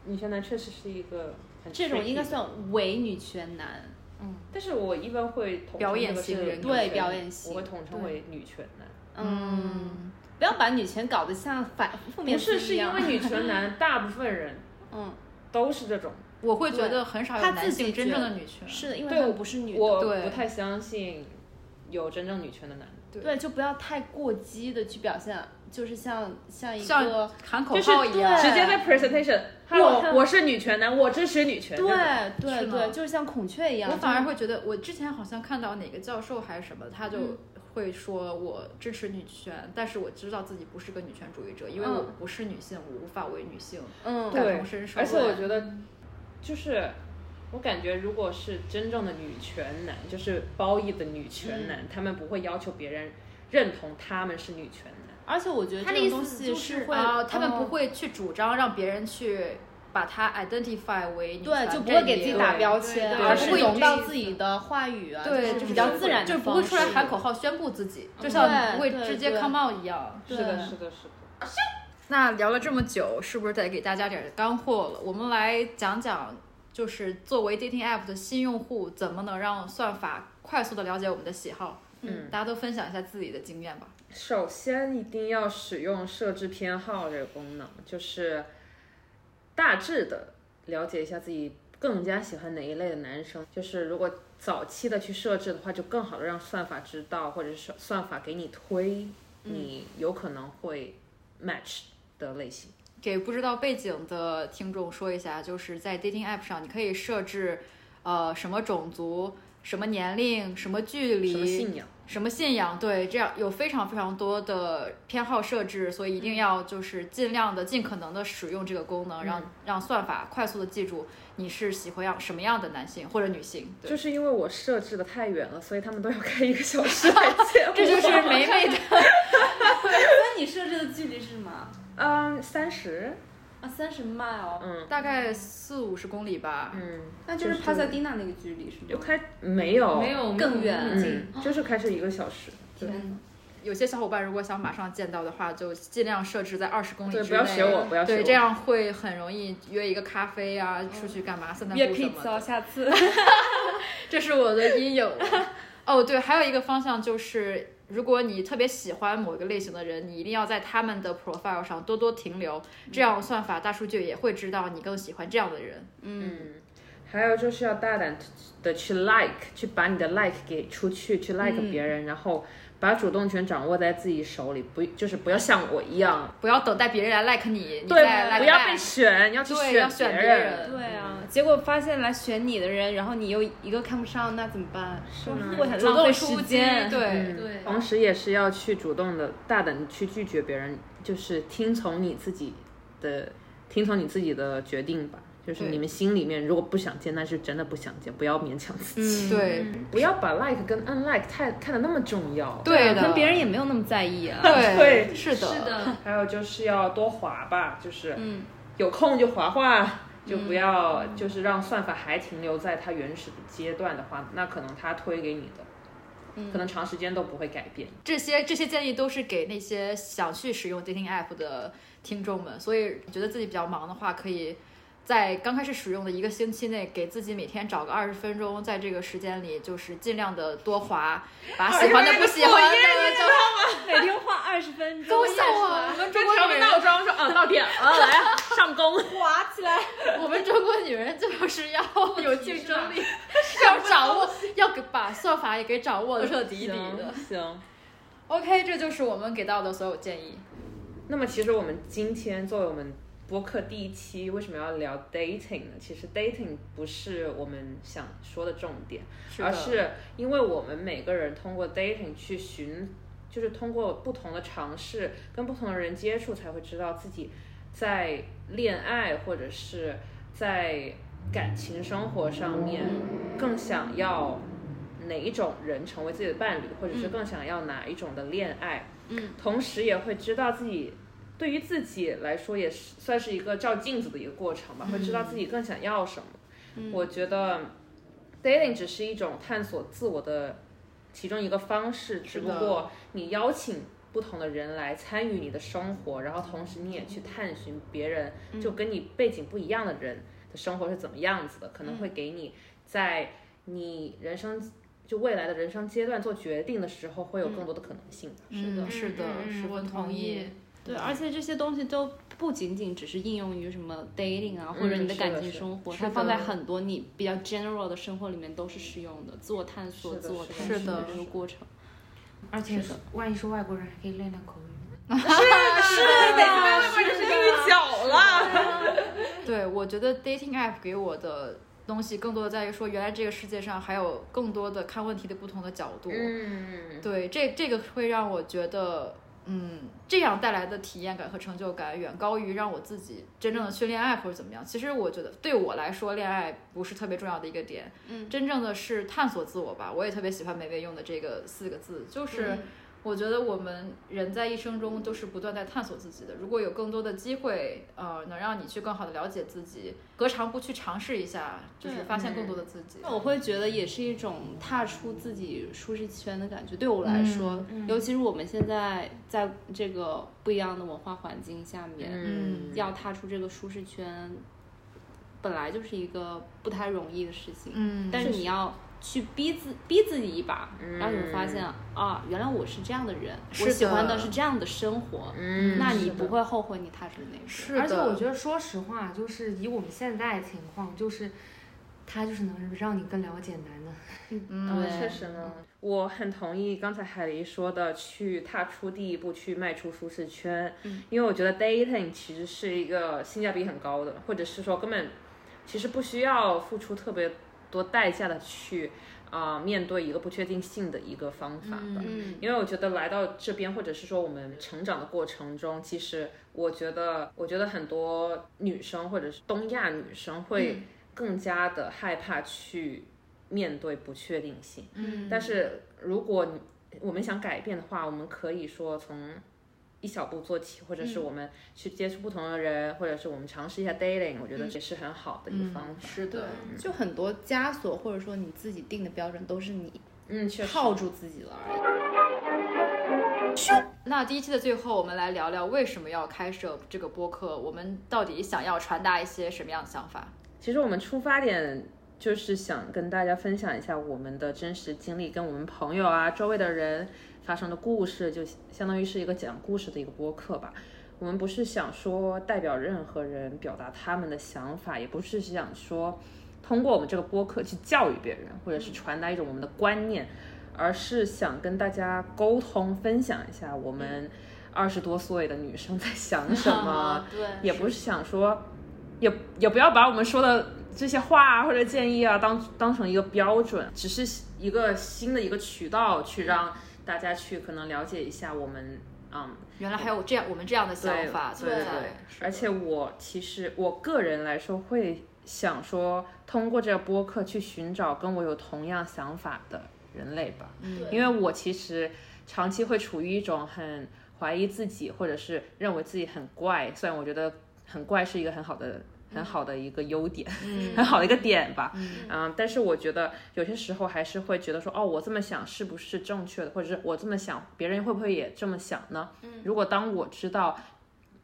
[SPEAKER 1] 女权男确实是一个很
[SPEAKER 3] 这种应该
[SPEAKER 1] tricky 的，
[SPEAKER 3] 算伪女权男，
[SPEAKER 1] 但是我一般会统称
[SPEAKER 2] 表演
[SPEAKER 1] 这个
[SPEAKER 2] 型
[SPEAKER 1] 是
[SPEAKER 2] 人格
[SPEAKER 1] 女
[SPEAKER 3] 对
[SPEAKER 1] 权
[SPEAKER 3] 表演型
[SPEAKER 1] 我会统称为女权男，
[SPEAKER 3] 嗯，不要把女权搞得像反负
[SPEAKER 1] 不
[SPEAKER 3] 面
[SPEAKER 1] 是
[SPEAKER 3] 词
[SPEAKER 1] 是
[SPEAKER 3] 一
[SPEAKER 1] 因
[SPEAKER 3] 样
[SPEAKER 1] 为女权
[SPEAKER 3] [laughs]
[SPEAKER 1] 男大部分人
[SPEAKER 3] 嗯，
[SPEAKER 1] 都是这种，
[SPEAKER 2] 我会觉得很少有
[SPEAKER 3] 他
[SPEAKER 2] 男
[SPEAKER 3] 自己
[SPEAKER 2] 性真
[SPEAKER 3] 觉
[SPEAKER 2] 正
[SPEAKER 3] 得
[SPEAKER 2] 的女权。
[SPEAKER 3] 是的，因为
[SPEAKER 1] 对
[SPEAKER 3] 他们不是女的，
[SPEAKER 1] 我
[SPEAKER 2] 对
[SPEAKER 1] 不太相信有真正女权的男的，
[SPEAKER 2] 对
[SPEAKER 3] 对，就不要太过激的去表现，就是像像一
[SPEAKER 2] 像
[SPEAKER 3] 个
[SPEAKER 2] 喊口
[SPEAKER 1] 就是
[SPEAKER 2] 号一样，
[SPEAKER 1] 直接在 presentation，
[SPEAKER 3] 他
[SPEAKER 1] hello，我是女权男，我支持女权，
[SPEAKER 3] 对
[SPEAKER 1] 这种
[SPEAKER 3] 对
[SPEAKER 2] 是
[SPEAKER 3] 对，
[SPEAKER 2] 吗
[SPEAKER 3] 就是像孔雀一样。
[SPEAKER 2] 我反
[SPEAKER 3] 就
[SPEAKER 2] 而
[SPEAKER 3] 是
[SPEAKER 2] 会觉得，我之前好像看到哪个教授还是什么，他就
[SPEAKER 3] 嗯
[SPEAKER 2] 会说我支持女权，但是我知道自己不是个女权主义者，因为
[SPEAKER 3] 嗯
[SPEAKER 2] 我不是女性，我无法为女性
[SPEAKER 3] 嗯，
[SPEAKER 1] 对
[SPEAKER 2] 感同身受。
[SPEAKER 1] 而且我觉得，就是我感觉，如果是真正的女权男，就是褒义的女权男，他们不会要求别人认同他们是女权男。
[SPEAKER 3] 而且我觉得
[SPEAKER 2] 他
[SPEAKER 3] 这
[SPEAKER 2] 的意
[SPEAKER 3] 种东
[SPEAKER 2] 思
[SPEAKER 3] 西
[SPEAKER 2] 就是
[SPEAKER 3] 会
[SPEAKER 2] 啊、他们不
[SPEAKER 3] 嗯
[SPEAKER 2] 会去主张让别人去把它 identify 为女
[SPEAKER 3] 对，
[SPEAKER 2] 权
[SPEAKER 3] 就不会
[SPEAKER 2] 这
[SPEAKER 3] 给
[SPEAKER 2] 一
[SPEAKER 3] 自己
[SPEAKER 2] 类
[SPEAKER 3] 打标
[SPEAKER 4] 对
[SPEAKER 3] 签，
[SPEAKER 4] 对
[SPEAKER 3] 而
[SPEAKER 2] 对
[SPEAKER 3] 是
[SPEAKER 2] 会有
[SPEAKER 3] 融
[SPEAKER 2] 这
[SPEAKER 3] 到
[SPEAKER 2] 意
[SPEAKER 3] 自己的话语啊，
[SPEAKER 2] 对，
[SPEAKER 3] 就是比较
[SPEAKER 2] 不
[SPEAKER 3] 自然的
[SPEAKER 2] 就
[SPEAKER 3] 方式，
[SPEAKER 2] 不会出来喊口号宣布自己，就
[SPEAKER 3] 对
[SPEAKER 2] 像不会
[SPEAKER 3] 对
[SPEAKER 2] 直接
[SPEAKER 3] 对
[SPEAKER 2] come out 一样。
[SPEAKER 3] 对
[SPEAKER 1] 是的，是的，是的。
[SPEAKER 2] 那聊了这么久，是不是得给大家点儿干货了？我们来讲讲，就是作为 dating app 的新用户，怎么能让算法快速的了解我们的喜好？
[SPEAKER 1] 嗯，
[SPEAKER 2] 大家都分享一下自己的经验吧。
[SPEAKER 1] 首先一定要使用设置偏好这个功能，就是大致的了解一下自己更加喜欢哪一类的男生。就是如果早期的去设置的话，就更好的让算法知道，或者是算法给你推你有可能会 match 的类型。
[SPEAKER 2] 给不知道背景的听众说一下，就是在 dating app 上，你可以设置呃什么种族、什么年龄、什么距离、
[SPEAKER 1] 什么信仰？
[SPEAKER 2] 什么信仰，对，这样有非常非常多的偏好设置，所以一定要就是尽量的、尽可能的使用这个功能，让让算法快速的记住你是喜欢样什么样的男性或者女性。对，
[SPEAKER 1] 就是因为我设置的太远了，所以他们都要开一个小时 [laughs] 来见我。
[SPEAKER 2] 这就是梅梅 [laughs] 的
[SPEAKER 3] 那你设置的距离是什么？
[SPEAKER 1] 嗯三十，
[SPEAKER 3] 啊，三十 mile，
[SPEAKER 1] 嗯
[SPEAKER 2] 大概四五十公里吧。
[SPEAKER 1] 嗯，
[SPEAKER 3] 那就是嗯
[SPEAKER 1] 就是
[SPEAKER 3] 帕萨蒂娜那个距离是吗？
[SPEAKER 1] 就开没有
[SPEAKER 4] 没有
[SPEAKER 3] 更远
[SPEAKER 4] 那么近
[SPEAKER 1] 嗯，就是开车一个小时。对
[SPEAKER 3] 天哪，
[SPEAKER 2] 有些小伙伴如果想马上见到的话，就尽量设置在二十公里之
[SPEAKER 1] 对，
[SPEAKER 2] 内。
[SPEAKER 1] 不要学我，不要学我。
[SPEAKER 2] 对，这样会很容易约一个咖啡啊，出去干嘛
[SPEAKER 1] 嗯
[SPEAKER 2] 散散
[SPEAKER 3] 约
[SPEAKER 2] 步什
[SPEAKER 3] p
[SPEAKER 2] 么
[SPEAKER 3] z 哦，
[SPEAKER 2] 的。
[SPEAKER 3] 下次。
[SPEAKER 2] 这是我的阴影。 [laughs] 哦，对，还有一个方向就是，如果你特别喜欢某一个类型的人，你一定要在他们的 profile 上多多停留，这样算法大数据也会知道你更喜欢这样的人。
[SPEAKER 1] 嗯，还有就是要大胆的去 like，去把你的 like 给出去，
[SPEAKER 2] 嗯
[SPEAKER 1] 去 like 别人，然后把主动权掌握在自己手里，不就是不要像我一样，
[SPEAKER 2] 不要等待别人来 like 你，你
[SPEAKER 1] 对
[SPEAKER 2] 再，like
[SPEAKER 1] 不要
[SPEAKER 2] back
[SPEAKER 1] 被选，要去
[SPEAKER 2] 对要选
[SPEAKER 1] 别
[SPEAKER 2] 别人
[SPEAKER 3] 对啊，
[SPEAKER 4] 嗯
[SPEAKER 3] 结果发现来选你的人，然后你又一个看不上，那怎么办？
[SPEAKER 1] 是吗
[SPEAKER 3] 会很
[SPEAKER 2] 主
[SPEAKER 3] 浪费
[SPEAKER 2] 动出
[SPEAKER 3] 时
[SPEAKER 2] 击，
[SPEAKER 3] 间。，
[SPEAKER 2] 对，
[SPEAKER 1] 嗯
[SPEAKER 4] 对
[SPEAKER 1] 同时也是要去主动的、大胆的去拒绝别人，就是听从你自己的，听从你自己的决定吧。就是
[SPEAKER 2] 对
[SPEAKER 1] 你们心里面如果不想见，那是真的不想见，不要勉强自己，
[SPEAKER 3] 嗯，
[SPEAKER 2] 对
[SPEAKER 1] 不要把 like 跟 unlike 太看得那么重要。
[SPEAKER 2] 对
[SPEAKER 3] 可能
[SPEAKER 2] 的，
[SPEAKER 3] 啊别人也没有那么在意啊。
[SPEAKER 2] 对，
[SPEAKER 1] 对
[SPEAKER 2] 是的，
[SPEAKER 4] 是的，
[SPEAKER 1] 还有就是要多滑吧，就是
[SPEAKER 3] 嗯，
[SPEAKER 1] 有空就划划，就
[SPEAKER 2] 嗯
[SPEAKER 1] 不要、就是让算法还停留在它原始的阶段的话，那可能它推给你的，
[SPEAKER 2] 嗯
[SPEAKER 1] 可能长时间都不会改变。
[SPEAKER 2] 这些这些建议都是给那些想去使用 dating app 的听众们，所以觉得自己比较忙的话，可以在刚开始使用的一个星期内，给自己每天找个二十分钟，在这个时间里就是尽量的多滑，把喜欢的不喜欢的就
[SPEAKER 3] [laughs] 每天花二十分钟，
[SPEAKER 2] 都像我我们中国
[SPEAKER 1] 调
[SPEAKER 2] 女
[SPEAKER 1] 个
[SPEAKER 2] 人，
[SPEAKER 1] 闹钟说啊，到点
[SPEAKER 2] [laughs]
[SPEAKER 1] 了，来啊上工。
[SPEAKER 3] 滑起来。
[SPEAKER 2] 我们中国女人就是要有竞争力，要掌握，要给把算法也给掌握的彻底底的。
[SPEAKER 1] 行。
[SPEAKER 2] OK，这就是我们给到的所有建议。
[SPEAKER 1] 那么其实我们今天作为我们播客第一期，为什么要聊 dating 呢？其实 dating 不是我们想说的重点，
[SPEAKER 2] 是的
[SPEAKER 1] 而是因为我们每个人通过 dating 去寻，就是通过不同的尝试跟不同的人接触，才会知道自己在恋爱或者是在感情生活上面更想要哪一种人成为自己的伴侣，或者
[SPEAKER 2] 嗯
[SPEAKER 1] 是更想要哪一种的恋爱。
[SPEAKER 3] 嗯，
[SPEAKER 1] 同时也会知道自己。对于自己来说，也是算是一个照镜子的一个过程吧，会知道自己更想要什么。
[SPEAKER 2] 嗯
[SPEAKER 1] 我觉得 dating 只是一种探索自我的其中一个方式，只
[SPEAKER 2] 是的
[SPEAKER 1] 不过你邀请不同的人来参与你的生活，然后同时你也去探寻别人，
[SPEAKER 2] 嗯
[SPEAKER 1] 就跟你背景不一样的人的生活是怎么样子的，可能会给你在你人生就未来的人生阶段做决定的时候，会有更多的可能性。
[SPEAKER 2] 是
[SPEAKER 1] [laughs]
[SPEAKER 2] 的，嗯是的，十
[SPEAKER 4] 我
[SPEAKER 2] 分同意。
[SPEAKER 3] [laughs] 对，而且这些东西都不仅仅只是应用于什么 dating 啊，或者
[SPEAKER 1] 嗯
[SPEAKER 3] 你的
[SPEAKER 1] 是
[SPEAKER 3] 感
[SPEAKER 1] 的
[SPEAKER 3] 情
[SPEAKER 1] 是
[SPEAKER 3] 生活，
[SPEAKER 2] 是
[SPEAKER 3] 它放在
[SPEAKER 2] 的
[SPEAKER 3] 很多你比较 general 的生活里面都是适用的，自我探索、
[SPEAKER 1] 是的
[SPEAKER 3] 自我
[SPEAKER 1] 是的
[SPEAKER 3] 探
[SPEAKER 2] 是
[SPEAKER 3] 寻
[SPEAKER 2] 的
[SPEAKER 3] 这个过程。
[SPEAKER 4] 而且
[SPEAKER 3] 是的
[SPEAKER 4] 万一是外国人，还可以练练口语。
[SPEAKER 2] [laughs]
[SPEAKER 1] 对呀，或者是被脚了。
[SPEAKER 2] 对，我觉得 dating app 给我的东西更多的在于说，原来这个世界上还有更多的看问题的不同的角度。
[SPEAKER 1] 嗯，
[SPEAKER 2] 对，这这个会让我觉得，嗯，这样带来的体验感和成就感远高于让我自己真正的去恋爱或者怎么样。其实我觉得对我来说，恋爱不是特别重要的一个点，
[SPEAKER 3] 嗯
[SPEAKER 2] 真正的是探索自我吧。我也特别喜欢美薇用的这个四个字，就是。
[SPEAKER 3] 嗯
[SPEAKER 2] 我觉得我们人在一生中都是不断在探索自己的。如果有更多的机会，呃，能让你去更好的了解自己，何尝不去尝试一下，就是
[SPEAKER 3] 对嗯
[SPEAKER 2] 发现更多的自己？
[SPEAKER 3] 那我会觉得也是一种踏出自己舒适圈的感觉。对我来说，
[SPEAKER 2] 嗯
[SPEAKER 3] 尤其是我们现在在这个不一样的文化环境下面，
[SPEAKER 2] 嗯
[SPEAKER 3] 要踏出这个舒适圈，本来就是一个不太容易的事情。
[SPEAKER 2] 嗯
[SPEAKER 3] 但是你要去逼自逼自己一把，然后你会发现啊，原来我是这样的人，我喜欢的是这样的生活，
[SPEAKER 1] 嗯
[SPEAKER 3] 那你
[SPEAKER 2] 是的
[SPEAKER 3] 不会后悔你踏出那一步。
[SPEAKER 2] 是的，
[SPEAKER 4] 而且我觉得，说实话，就是以我们现在的情况，就是他就是能让你更了解男的。
[SPEAKER 2] 嗯，对
[SPEAKER 1] 确实呢，我很同意刚才海狸说的，去踏出第一步，去迈出舒适圈。
[SPEAKER 3] 嗯
[SPEAKER 1] 因为我觉得 dating 其实是一个性价比很高的，或者是说根本其实不需要付出特别多代价的去啊、呃面对一个不确定性的一个方法吧。
[SPEAKER 3] 嗯
[SPEAKER 1] 因为我觉得来到这边，或者是说我们成长的过程中，其实我觉得，我觉得很多女生或者是东亚女生会更加的害怕去面对不确定性。
[SPEAKER 3] 嗯
[SPEAKER 1] 但是如果你我们想改变的话，我们可以说从一小步做起，或者是我们去接触不同的人，或者是我们尝试一下 dating，我觉得这是很好的一个
[SPEAKER 2] 嗯
[SPEAKER 1] 方法。
[SPEAKER 2] 是的，
[SPEAKER 3] 就很多枷锁或者说你自己定的标准都是你
[SPEAKER 1] 嗯，确实。
[SPEAKER 3] 套住自己了而已。
[SPEAKER 2] 那第一期的最后，我们来聊聊为什么要开设这个播客，我们到底想要传达一些什么样的想法？
[SPEAKER 1] 其实我们出发点就是想跟大家分享一下我们的真实经历，跟我们朋友啊、周围的人发生的故事，就相当于是一个讲故事的一个播客吧。我们不是想说代表任何人表达他们的想法，也不是想说通过我们这个播客去教育别人，或者是传达一种我们的观念，而是想跟大家沟通、分享一下我们二十多岁的女生在想什么，
[SPEAKER 3] [laughs] 啊对
[SPEAKER 1] 也不是想说，也也不要把我们说的这些话啊或者建议啊当当成一个标准，只是一个新的一个渠道去让大家去可能了解一下我们，嗯，
[SPEAKER 2] 原来还有这样我们这样的想法
[SPEAKER 1] 对
[SPEAKER 2] 存
[SPEAKER 1] 对
[SPEAKER 2] 在，
[SPEAKER 1] 对，而且我其实我个人来说会想说，通过这个播客去寻找跟我有同样想法的人类吧，
[SPEAKER 2] 嗯
[SPEAKER 1] 因为我其实长期会处于一种很怀疑自己，或者是认为自己很怪。虽然我觉得很怪是一个很好的、很好的一个优点，很
[SPEAKER 3] [laughs]
[SPEAKER 1] 好的一个点吧。
[SPEAKER 2] 嗯
[SPEAKER 1] 嗯，但是我觉得有些时候还是会觉得说，哦，我这么想是不是正确的，或者是我这么想，别人会不会也这么想呢？如果当我知道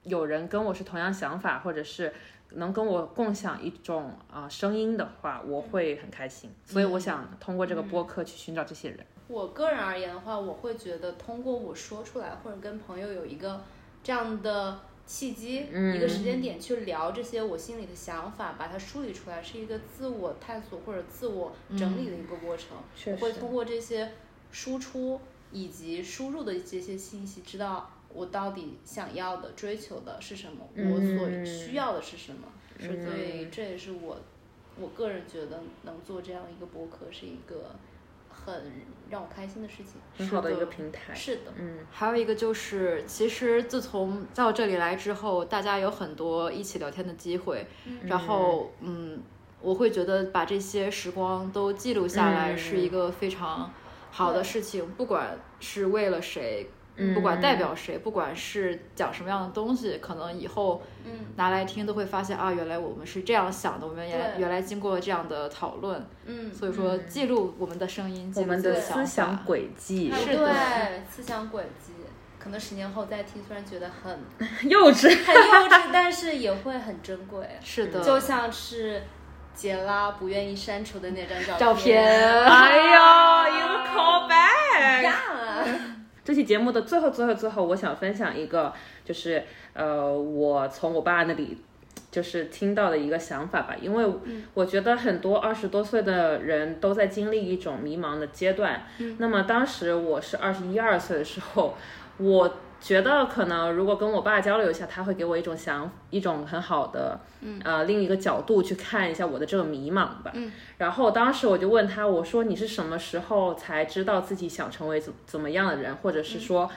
[SPEAKER 1] 有人跟我是同样想法，或者是能跟我共享一种啊、声音的话，我会很开心。所以我想通过这个播客去寻找这些人。
[SPEAKER 3] 我个人而言的话，我会觉得通过我说出来，或者跟朋友有一个这样的契机、
[SPEAKER 1] 嗯
[SPEAKER 3] 一个时间点去聊这些我心里的想法，把它梳理出来，是一个自我探索或者自我整理的一个过程。
[SPEAKER 1] 嗯确
[SPEAKER 3] 我会
[SPEAKER 1] 实
[SPEAKER 3] 通过这些输出以及输入的这些信息，知道我到底想要的、追求的是什么，我所
[SPEAKER 1] 嗯
[SPEAKER 3] 需要的是什么。
[SPEAKER 1] 是的
[SPEAKER 3] 所以这也是我我个人觉得能做这样一个博客是一个很让我开心的事情。
[SPEAKER 1] 很嗯好的一
[SPEAKER 2] 是
[SPEAKER 1] 个
[SPEAKER 2] 的
[SPEAKER 1] 平台。
[SPEAKER 3] 是的，
[SPEAKER 1] 嗯，
[SPEAKER 2] 还有一个就是，其实自从到这里来之后，大家有很多一起聊天的机会，然后嗯，我会觉得把这些时光都记录下来
[SPEAKER 1] 嗯
[SPEAKER 2] 是一个非常好的
[SPEAKER 3] 对
[SPEAKER 2] 事情，不管是为了谁，
[SPEAKER 1] 嗯
[SPEAKER 2] 不管代表谁，不管是讲什么样的东西，可能以后
[SPEAKER 3] 嗯
[SPEAKER 2] 拿来听都会发现啊，原来我们是这样想的，我们原来
[SPEAKER 3] 对
[SPEAKER 2] 原来经过这样的讨论，
[SPEAKER 3] 嗯，
[SPEAKER 2] 所以说记录我们的声音，记
[SPEAKER 1] 我
[SPEAKER 2] 录
[SPEAKER 1] 们
[SPEAKER 2] 自己
[SPEAKER 1] 的
[SPEAKER 2] 的
[SPEAKER 1] 思
[SPEAKER 2] 想
[SPEAKER 1] 想
[SPEAKER 2] 法
[SPEAKER 1] 轨迹
[SPEAKER 3] 哎
[SPEAKER 2] 是的
[SPEAKER 3] 对思想轨迹。可能十年后再听，虽然觉得很很
[SPEAKER 1] 幼稚。
[SPEAKER 3] 幼稚，但是也会很珍贵，
[SPEAKER 2] 是的，
[SPEAKER 3] 就像是杰拉不愿意删除的那张照
[SPEAKER 1] [laughs]
[SPEAKER 2] 照片。
[SPEAKER 1] 哎呦，一个 callback。
[SPEAKER 3] 啊，
[SPEAKER 1] 这期节目的最后、最后、最后，我想分享一个，就是呃，我从我爸那里就是听到的一个想法吧，因为我觉得很多二十多岁的人都在经历一种迷茫的阶段。那么当时我是二十一二岁的时候，我觉得可能如果跟我爸交流一下，他会给我一种想一种很好的，呃，另一个角度去看一下我的这个迷茫吧。然后当时我就问他，我说你是什么时候才知道自己想成为怎怎么样的人，或者是说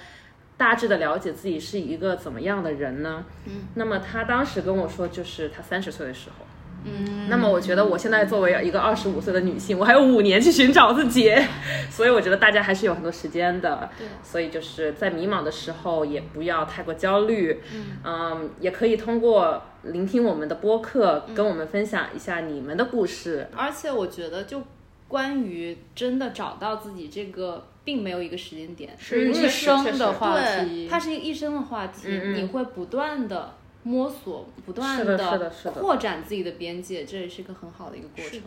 [SPEAKER 1] 大致的了解自己是一个怎么样的人呢？嗯，那么他当时跟我说，就是他三十岁的时候。嗯，那么我觉得我现在作为一个二十五岁的女性，我还有五年去寻找自己， [laughs] 所以我觉得大家还是有很多时间的。
[SPEAKER 3] 对
[SPEAKER 1] 所以就是在迷茫的时候，也不要太过焦虑。嗯也可以通过聆听我们的播客，跟我们分享一下你们的故事。
[SPEAKER 3] 而且我觉得，就关于真的找到自己这个，并没有一个时间点，
[SPEAKER 2] 是一
[SPEAKER 1] 嗯确
[SPEAKER 2] 生
[SPEAKER 1] 实确
[SPEAKER 2] 的
[SPEAKER 1] 实
[SPEAKER 2] 话题，
[SPEAKER 3] 对，它是一个一生的话题，
[SPEAKER 1] 嗯嗯
[SPEAKER 3] 你会不断的摸索，不断
[SPEAKER 1] 是的是的是
[SPEAKER 3] 的
[SPEAKER 1] 的
[SPEAKER 3] 扩展自己的边界，这也是个很好的一个过程。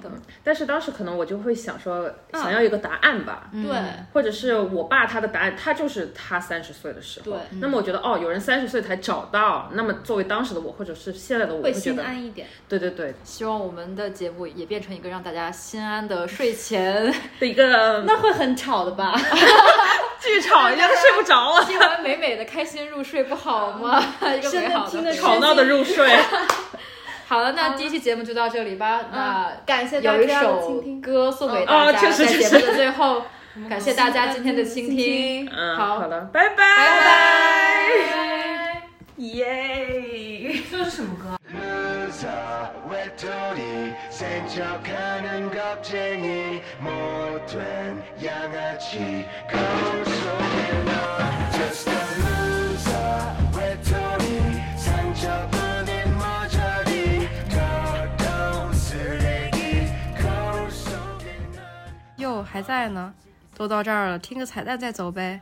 [SPEAKER 1] 但是当时可能我就会想说，想要一个答案吧，
[SPEAKER 3] 对，
[SPEAKER 1] 或者是我爸他的答案，他就是他三十岁的时候。
[SPEAKER 3] 对
[SPEAKER 1] 那么我觉得哦，有人三十岁才找到，那么作为当时的我，或者是现在的我，
[SPEAKER 3] 会
[SPEAKER 1] 会觉
[SPEAKER 3] 心
[SPEAKER 1] 得，
[SPEAKER 3] 安一点。
[SPEAKER 1] 对对对
[SPEAKER 2] 希望我们的节目也变成一个让大家心安的
[SPEAKER 1] [laughs]
[SPEAKER 2] 睡前，
[SPEAKER 1] 的一个
[SPEAKER 3] 那会很吵的吧？
[SPEAKER 1] 剧场，一下都睡不着了，
[SPEAKER 2] 听完美美的开心入睡，不好
[SPEAKER 1] [laughs]
[SPEAKER 2] 吗？一个
[SPEAKER 3] 真
[SPEAKER 2] 美
[SPEAKER 3] 的
[SPEAKER 2] 好
[SPEAKER 3] 听
[SPEAKER 2] 的
[SPEAKER 3] 得。
[SPEAKER 1] 吵闹的入睡。
[SPEAKER 2] 好了，那第一期节目就到这里吧。那
[SPEAKER 3] 嗯感谢大
[SPEAKER 2] 有一
[SPEAKER 3] 家的倾
[SPEAKER 2] 首
[SPEAKER 3] 听，
[SPEAKER 2] 歌送给
[SPEAKER 1] 哦
[SPEAKER 2] 大
[SPEAKER 1] 嗯哦
[SPEAKER 2] 家，
[SPEAKER 1] 确实
[SPEAKER 2] 在
[SPEAKER 1] 确
[SPEAKER 2] 节
[SPEAKER 1] 实
[SPEAKER 2] 目的
[SPEAKER 1] [laughs]
[SPEAKER 2] 最后，感谢大家今天的倾
[SPEAKER 3] 倾
[SPEAKER 2] 听，
[SPEAKER 3] 听
[SPEAKER 1] 嗯，
[SPEAKER 2] 好
[SPEAKER 1] 好了，拜拜，拜
[SPEAKER 2] 拜拜。
[SPEAKER 1] 嗯耶。
[SPEAKER 4] 这是什么歌？
[SPEAKER 5] 루사 외톨이 센척하는 겁쟁이 못된 양아치 거울 속에 나 Just a loser 외톨이 상처뿐인 머저리 더러운 쓰레기 거울 속에 나
[SPEAKER 6] 哟，还在呢，都到这儿了，听个彩蛋再走呗。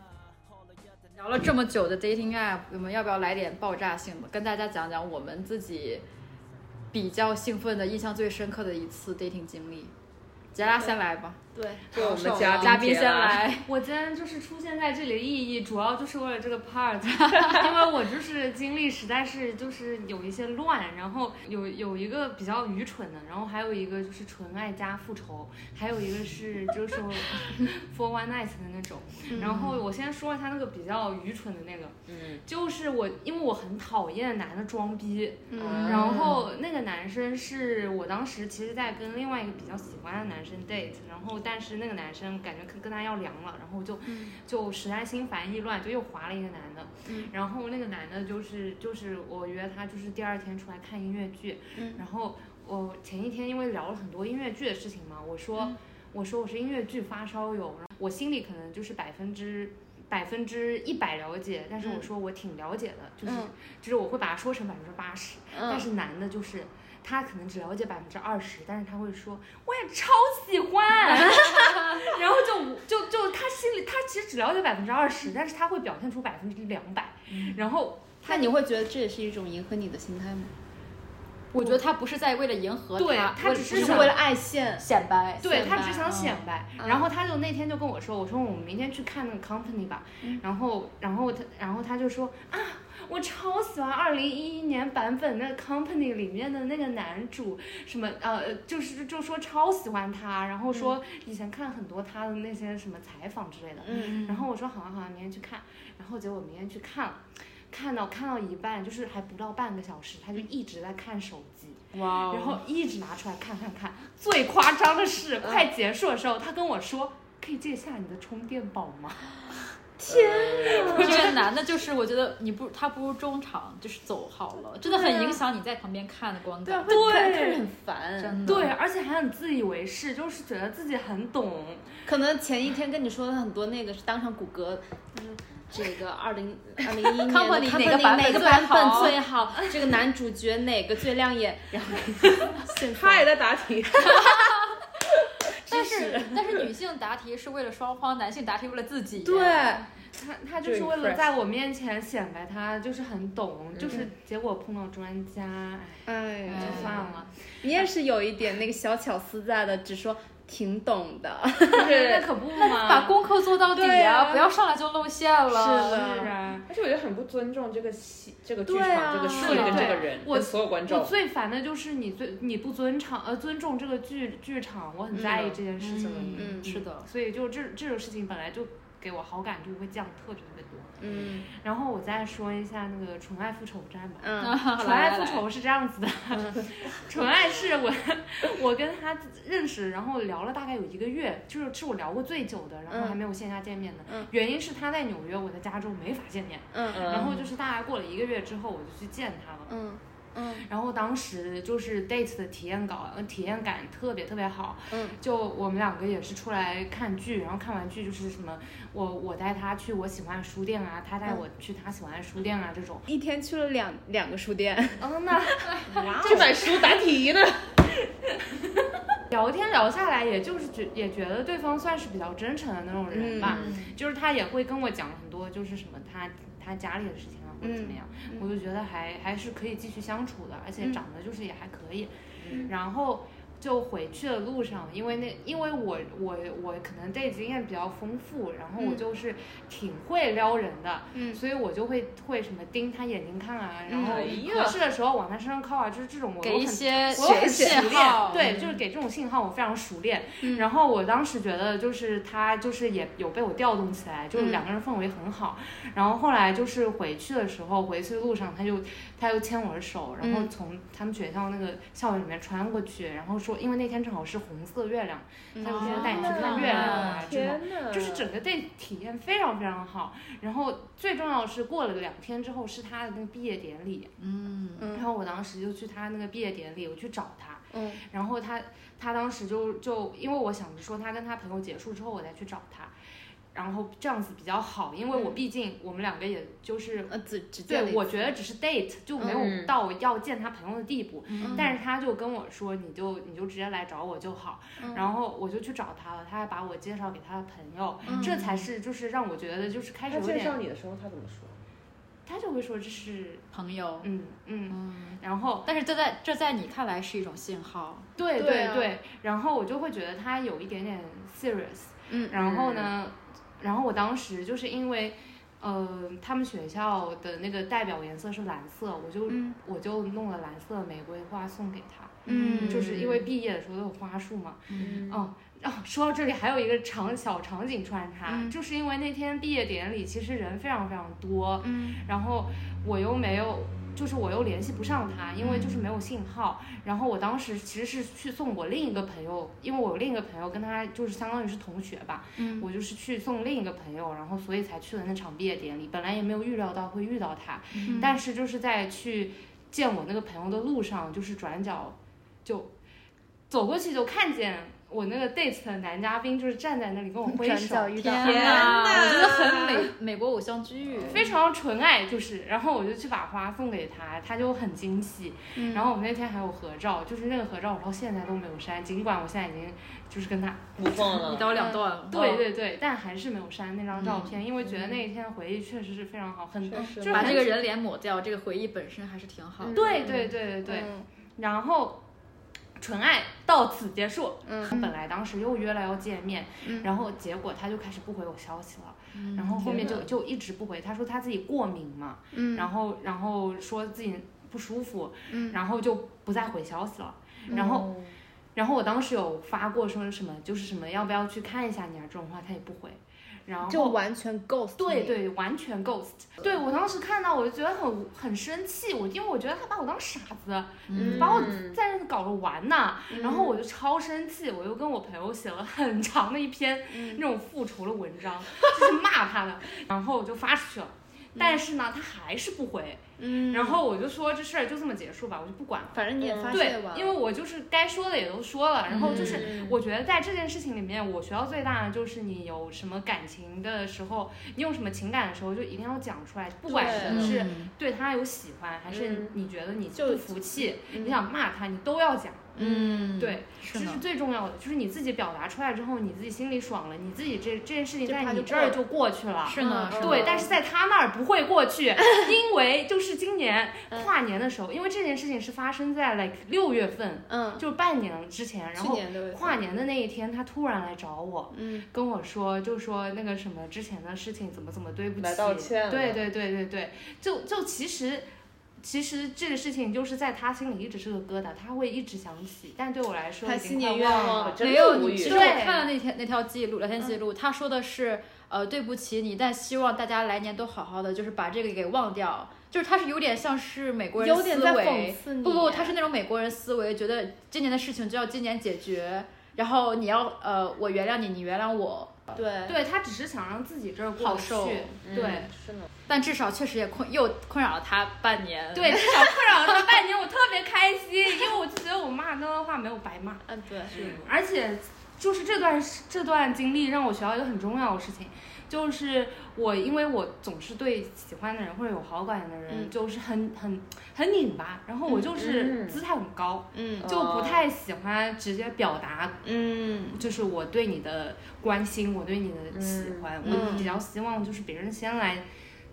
[SPEAKER 2] 聊了这么久的 dating app，我们要不要来点爆炸性的，跟大家讲讲我们自己比较兴奋的、印象最深刻的一次 dating 经历？杰拉先来吧，
[SPEAKER 3] 对，
[SPEAKER 1] 就我们嘉
[SPEAKER 2] 嘉宾
[SPEAKER 1] 杰
[SPEAKER 2] 先
[SPEAKER 1] 拉，
[SPEAKER 2] 来。
[SPEAKER 4] 我今天就是出现在这里的意义，主要就是为了这个 part，因为我就是经历实在是就是有一些乱，然后有有一个比较愚蠢的，然后还有一个就是纯爱加复仇，还有一个是就是 [laughs] for one night 的那种。然后我先说一下那个比较愚蠢的那个，
[SPEAKER 1] 嗯，
[SPEAKER 4] 就是我因为我很讨厌男的装逼，
[SPEAKER 3] 嗯，
[SPEAKER 4] 然后那个男生是我当时其实在跟另外一个比较喜欢的男生 date，然后但是那个男生感觉跟跟他要凉了，然后就、就实在心烦意乱，就又划了一个男的，然后那个男的就是就是我约他就是第二天出来看音乐剧，然后我前一天因为聊了很多音乐剧的事情嘛，我说、我说我是音乐剧发烧友，然后我心里可能就是百分之。百分之一百了解，但是我说我挺了解的，就是、
[SPEAKER 3] 嗯
[SPEAKER 4] 就是我会把它说成百分之八十，但
[SPEAKER 3] 嗯，
[SPEAKER 4] 是男的就是他可能只了解百分之二十，但是他会说我也超喜
[SPEAKER 3] [laughs]
[SPEAKER 4] 欢，然后就就就他心里他其实只了解百分之二十，但是他会表现出百分之两百，然后
[SPEAKER 3] 嗯那你会觉得这也是一种迎合你的心态吗？
[SPEAKER 2] 我觉得他不是在为了迎合
[SPEAKER 4] 对
[SPEAKER 2] 他，
[SPEAKER 4] 他
[SPEAKER 2] 为
[SPEAKER 4] 只
[SPEAKER 2] 不
[SPEAKER 4] 是
[SPEAKER 2] 是
[SPEAKER 4] 想
[SPEAKER 2] 为
[SPEAKER 3] 为
[SPEAKER 2] 了
[SPEAKER 3] 了爱现，
[SPEAKER 2] 显摆。
[SPEAKER 4] 对
[SPEAKER 3] 显
[SPEAKER 4] 他
[SPEAKER 3] 摆嗯
[SPEAKER 4] 只想显摆，然后他就那天就跟我说，我说我们明天去看那个 company 吧，
[SPEAKER 3] 嗯
[SPEAKER 4] 然后然后他然后他就说啊。我超喜欢二零一一年版本那个 Company 里面的那个男主，什么呃，就是就说超喜欢他，然后说以前看很多他的那些什么采访之类的，
[SPEAKER 3] 嗯，
[SPEAKER 4] 然后我说好啊好啊，明天去看，然后结果明天去看了，看到看到一半就是还不到半个小时，他就
[SPEAKER 3] 嗯
[SPEAKER 4] 一直在看手机，
[SPEAKER 2] 哇哦
[SPEAKER 4] 然后一直拿出来看看看。最夸张的是，快结束的时候，他跟我说：“可以借下你的充电宝吗
[SPEAKER 2] [laughs] 这个男的，就是我觉得你不，他不如中场就是走好了，真的很影响你在旁边看的观
[SPEAKER 3] 对啊，
[SPEAKER 2] 感。
[SPEAKER 3] 会看看着很烦。
[SPEAKER 2] 真？”的。
[SPEAKER 4] 对，，而且还很自以为是，就是觉得自己很懂。
[SPEAKER 3] 可能前一天跟你说的很多那个是当场谷歌，就是这个二零二零一年的
[SPEAKER 2] Company 哪个
[SPEAKER 3] Company
[SPEAKER 2] 版本
[SPEAKER 3] 哪个
[SPEAKER 2] 最
[SPEAKER 3] 版本
[SPEAKER 2] 好
[SPEAKER 3] 最好，这个男主角哪个最亮眼，然后现在
[SPEAKER 1] 他也在答题，
[SPEAKER 2] 但 [laughs] 是但是女性答题是为了双方，男性答题为了自己。
[SPEAKER 3] 对，
[SPEAKER 4] 他他就是为了在我面前显摆他就是很懂，就是结果碰到专家，哎，
[SPEAKER 3] 哎
[SPEAKER 4] 就算了。
[SPEAKER 3] 你也是有一点那个小巧思在的，只说挺懂的。
[SPEAKER 4] [laughs] 那可不嘛，
[SPEAKER 2] 把功课做到底
[SPEAKER 3] 对
[SPEAKER 2] 嗯啊，
[SPEAKER 3] 啊
[SPEAKER 2] 不要上来就露馅了。
[SPEAKER 3] 是的
[SPEAKER 4] 是啊。
[SPEAKER 1] 而且我觉得很不尊重这个戏、这个剧
[SPEAKER 3] 对啊
[SPEAKER 1] 场、这个戏跟这个人、
[SPEAKER 4] 我
[SPEAKER 1] 跟所有观
[SPEAKER 4] 我
[SPEAKER 1] 众。
[SPEAKER 4] 最烦的就是你最你不尊场呃尊重这个剧剧场，我很在意这件事情。
[SPEAKER 2] 嗯，
[SPEAKER 3] 嗯
[SPEAKER 2] 是的。
[SPEAKER 4] 所以就这这种事情本来就给我好感就会降特别特别多。
[SPEAKER 3] 嗯
[SPEAKER 4] 然后我再说一下那个纯爱复仇战吧。
[SPEAKER 3] 嗯
[SPEAKER 4] 纯
[SPEAKER 2] 来
[SPEAKER 4] 爱复，仇是这样子的， [laughs] 纯爱是我我跟他认识，然后聊了大概有一个月，就是是我聊过最久的，然后还没有线下见面的。
[SPEAKER 3] 嗯
[SPEAKER 4] 原因是他在纽约，我在加州没法见面。
[SPEAKER 3] 嗯
[SPEAKER 1] 嗯
[SPEAKER 4] 然后就是大概过了一个月之后，我就去见他了。
[SPEAKER 3] 嗯嗯
[SPEAKER 4] 然后当时就是 date 的体验稿，呃体验感特别特别好。
[SPEAKER 3] 嗯，
[SPEAKER 4] 就我们两个也是出来看剧，然后看完剧就是什么，我我带他去我喜欢的书店啊，他带我去他喜欢的书店啊这种。
[SPEAKER 3] 一天去了两两个书店，
[SPEAKER 4] 嗯，那
[SPEAKER 1] 去买书答题呢，
[SPEAKER 4] 聊天聊下来，也就是觉也觉得对方算是比较真诚的那种人吧，就是他也会跟我讲很多，就是什么他他家里的事情啊，或者怎么样，我就觉得还还是可以继续相处的，而且长得就是也还可以。然后就回去的路上，因为那因为我我我可能 date 经验比较丰富，然后我就是挺会撩人的，
[SPEAKER 3] 嗯
[SPEAKER 4] 所以我就会会什么盯他眼睛看啊，然后
[SPEAKER 1] 哎呀
[SPEAKER 4] 合适的时候往他身上靠啊，就是这种我
[SPEAKER 2] 给
[SPEAKER 4] 我
[SPEAKER 2] 一
[SPEAKER 4] 很
[SPEAKER 2] 些
[SPEAKER 4] 我很熟
[SPEAKER 2] 信
[SPEAKER 4] 练
[SPEAKER 2] 号，，
[SPEAKER 4] 对，就是给这种信号我非常熟练。然后我当时觉得就是他就是也有被我调动起来，就是两个人氛围很好。然后后来就是回去的时候，回去的路上他就他就牵我的手，然后从他们学校那个校园里面穿过去，然后说因为那天正好是红色月亮，
[SPEAKER 2] 嗯
[SPEAKER 4] 他就说带你去看月亮啊这种。
[SPEAKER 1] 天
[SPEAKER 3] 嗯
[SPEAKER 1] 哪，
[SPEAKER 4] 就是整个 date 体验非常非常好，然后最重要的是过了两天之后是他的那个毕业典礼，
[SPEAKER 2] 嗯，
[SPEAKER 4] 然后我当时就去他那个毕业典礼，我去找他，
[SPEAKER 3] 嗯，
[SPEAKER 4] 然后他他当时就就因为我想着说他跟他朋友结束之后我再去找他，然后这样子比较好，因
[SPEAKER 1] 嗯
[SPEAKER 4] 为我毕竟我们两个也就是。
[SPEAKER 3] 呃，只只见了
[SPEAKER 4] 对，
[SPEAKER 3] 一
[SPEAKER 4] 我觉得只是 date 就没有
[SPEAKER 1] 嗯
[SPEAKER 4] 到要见他朋友的地步，
[SPEAKER 2] 嗯
[SPEAKER 4] 但是他就跟我说，你就你就直接来找我就好，
[SPEAKER 1] 嗯
[SPEAKER 4] 然后我就去找他了，他还把我介绍给他的朋友，啊
[SPEAKER 2] 嗯
[SPEAKER 4] 这才是就是让我觉得就是开始
[SPEAKER 1] 嗯他
[SPEAKER 4] 有
[SPEAKER 1] 介
[SPEAKER 4] 点，
[SPEAKER 1] 绍你的时候，他怎么说？
[SPEAKER 4] 他就会说这是
[SPEAKER 2] 朋友，
[SPEAKER 4] 嗯嗯，
[SPEAKER 2] 嗯，
[SPEAKER 4] 然后
[SPEAKER 2] 但是这在这在你看来是一种信号，
[SPEAKER 4] 对
[SPEAKER 3] 对啊
[SPEAKER 4] 对，然后我就会觉得他有一点点 serious，
[SPEAKER 3] 嗯
[SPEAKER 4] 然后呢，然后我当时就是因为，呃，他们学校的那个代表颜色是蓝色，我就、
[SPEAKER 3] 嗯
[SPEAKER 4] 我就弄了蓝色的玫瑰花送给他，
[SPEAKER 3] 嗯
[SPEAKER 4] 就是因为毕业的时候都有花束嘛，
[SPEAKER 1] 嗯
[SPEAKER 4] 哦，哦，说到这里还有一个场小场景穿插，
[SPEAKER 3] 嗯
[SPEAKER 4] 就是因为那天毕业典礼其实人非常非常多，
[SPEAKER 3] 嗯
[SPEAKER 4] 然后我又没有。就是我又联系不上他，因为就是没有信号。然后我当时其实是去送我另一个朋友，因为我有另一个朋友跟他就是相当于是同学吧，
[SPEAKER 3] 嗯
[SPEAKER 4] 我就是去送另一个朋友，然后所以才去了那场毕业典礼。本来也没有预料到会遇到他，
[SPEAKER 3] 嗯
[SPEAKER 4] 但是就是在去见我那个朋友的路上，就是转角就走过去就看见我那个 date 的男嘉宾，就是站在那里跟我挥
[SPEAKER 3] 转
[SPEAKER 4] 手，
[SPEAKER 3] 角遇到，
[SPEAKER 2] 天哪，我觉得很美美国偶像剧，
[SPEAKER 4] 非常纯爱就是。然后我就去把花送给他，他就很惊喜。
[SPEAKER 3] 嗯
[SPEAKER 4] 然后我们那天还有合照，就是那个合照我到现在都没有删，尽管我现在已经就是跟他
[SPEAKER 1] 不放了
[SPEAKER 2] 一刀两断了，
[SPEAKER 4] 对对对，但还是没有删那张照片，因为觉得那一天的回忆确实是非常好，很
[SPEAKER 1] 确实
[SPEAKER 4] 就是
[SPEAKER 2] 把
[SPEAKER 4] 很
[SPEAKER 2] 这个人脸抹掉，这个回忆本身还是挺好的。
[SPEAKER 4] 对对对对对，
[SPEAKER 3] 嗯
[SPEAKER 4] 然后纯爱到此结束。
[SPEAKER 3] 嗯
[SPEAKER 4] 本来当时又约了要见面，
[SPEAKER 3] 嗯
[SPEAKER 4] 然后结果他就开始不回我消息了，
[SPEAKER 2] 嗯
[SPEAKER 4] 然后后面就就一直不回。他说他自己过敏嘛，
[SPEAKER 3] 嗯
[SPEAKER 4] 然后然后说自己不舒服，
[SPEAKER 3] 嗯
[SPEAKER 4] 然后就不再回消息了。
[SPEAKER 2] 嗯
[SPEAKER 4] 然后然后我当时有发过说什么就是什么要不要去看一下你啊这种话，他也不回。然后
[SPEAKER 3] 就嗯完全 ghost，
[SPEAKER 4] 对
[SPEAKER 3] 你，
[SPEAKER 4] 对，完全 ghost。对我当时看到，我就觉得很很生气，我因为我觉得他把我当傻子，
[SPEAKER 2] 嗯
[SPEAKER 4] 把我在那搞着玩呢。
[SPEAKER 3] 嗯
[SPEAKER 4] 然后我就超生气，我又跟我朋友写了很长的一篇
[SPEAKER 3] 嗯
[SPEAKER 4] 那种复仇的文章， [laughs] 就是骂他的，然后我就发出去了。但是呢，他还是不回，
[SPEAKER 3] 嗯，
[SPEAKER 4] 然后我就说这事儿就这么结束吧，我就不管了。
[SPEAKER 3] 反正你也发
[SPEAKER 4] 对
[SPEAKER 3] 泄完，了，嗯
[SPEAKER 4] 因为我就是该说的也都说了，然后就是我觉得在这件事情里面，我学到最大的就是你有什么感情的时候，你有什么情感的时候，就一定要讲出来，不管
[SPEAKER 3] 对嗯
[SPEAKER 4] 你是
[SPEAKER 2] 嗯
[SPEAKER 4] 对他有喜欢，还是
[SPEAKER 1] 嗯
[SPEAKER 4] 你觉得你
[SPEAKER 3] 就
[SPEAKER 4] 不服气，你想骂他，你都要讲。
[SPEAKER 2] 嗯，
[SPEAKER 4] 对，
[SPEAKER 2] 是
[SPEAKER 4] 这
[SPEAKER 2] 呢
[SPEAKER 4] 是，最重要的，就是你自己表达出来之后，你自己心里爽了，你自己这这件事情
[SPEAKER 3] 这趴
[SPEAKER 4] 在
[SPEAKER 3] 就
[SPEAKER 4] 你
[SPEAKER 3] 过
[SPEAKER 4] 这儿
[SPEAKER 3] 了
[SPEAKER 4] 就过去了。
[SPEAKER 2] 是呢，是呢
[SPEAKER 4] 对，但是在他那儿不会过
[SPEAKER 2] [laughs]
[SPEAKER 4] 去，因为就是今年
[SPEAKER 2] 嗯
[SPEAKER 4] 跨年的时候，因为这件事情是发生在 like 六月份，
[SPEAKER 3] 嗯，
[SPEAKER 4] 就是半年之前，然
[SPEAKER 3] 去
[SPEAKER 4] 后
[SPEAKER 3] 年的
[SPEAKER 4] 跨年的那一天，他突然来找我，
[SPEAKER 3] 嗯，
[SPEAKER 4] 跟我说，就说那个什么之前的事情怎么怎么对不起，
[SPEAKER 1] 来道歉了
[SPEAKER 4] 对对对对对，就就其实。其实这个事情就是在他心里一直是个疙瘩，他会一直想起，但对我来说
[SPEAKER 3] 他
[SPEAKER 4] 已
[SPEAKER 3] 新
[SPEAKER 4] 经快
[SPEAKER 3] 年
[SPEAKER 4] 忘
[SPEAKER 3] 愿望
[SPEAKER 4] 了。
[SPEAKER 1] 真
[SPEAKER 2] 没
[SPEAKER 1] 的
[SPEAKER 2] 有
[SPEAKER 1] 无
[SPEAKER 2] 你。
[SPEAKER 1] 语
[SPEAKER 2] 其实
[SPEAKER 4] 对
[SPEAKER 2] 我看了那天那条记录，聊天记录，他说的是，呃，对不起你，但希望大家来年都好好的，就是把这个给忘掉。就是他是有点像是美国人
[SPEAKER 3] 有点
[SPEAKER 2] 思
[SPEAKER 3] 在讽
[SPEAKER 2] 维，
[SPEAKER 3] 刺你，
[SPEAKER 2] 不不，他是那种美国人思维，觉得今年的事情就要今年解决，然后你要呃，我原谅你，你原谅我，
[SPEAKER 3] 对，
[SPEAKER 4] 对他只是想让自己这儿过
[SPEAKER 2] 好
[SPEAKER 4] 去
[SPEAKER 2] 受，
[SPEAKER 4] 对
[SPEAKER 1] 嗯是呢，
[SPEAKER 2] 但至少确实也困又困扰了他半年。
[SPEAKER 4] 对，至少困扰了他半年，我特别开心，因为我就觉得我骂那段话没有白骂。
[SPEAKER 3] 嗯对，
[SPEAKER 4] 而且就是这段时这段经历让我学到一个很重要的事情，就是我因为我总是对喜欢的人或者有好感的人
[SPEAKER 3] 嗯
[SPEAKER 4] 就是很很很拧巴，然后我就是
[SPEAKER 1] 嗯
[SPEAKER 4] 姿态很高，
[SPEAKER 3] 嗯
[SPEAKER 4] 就不太喜欢直接表达。
[SPEAKER 3] 嗯
[SPEAKER 4] 就是我对你的关心，我对你的喜欢，
[SPEAKER 3] 嗯
[SPEAKER 4] 我比较希望就是别人先来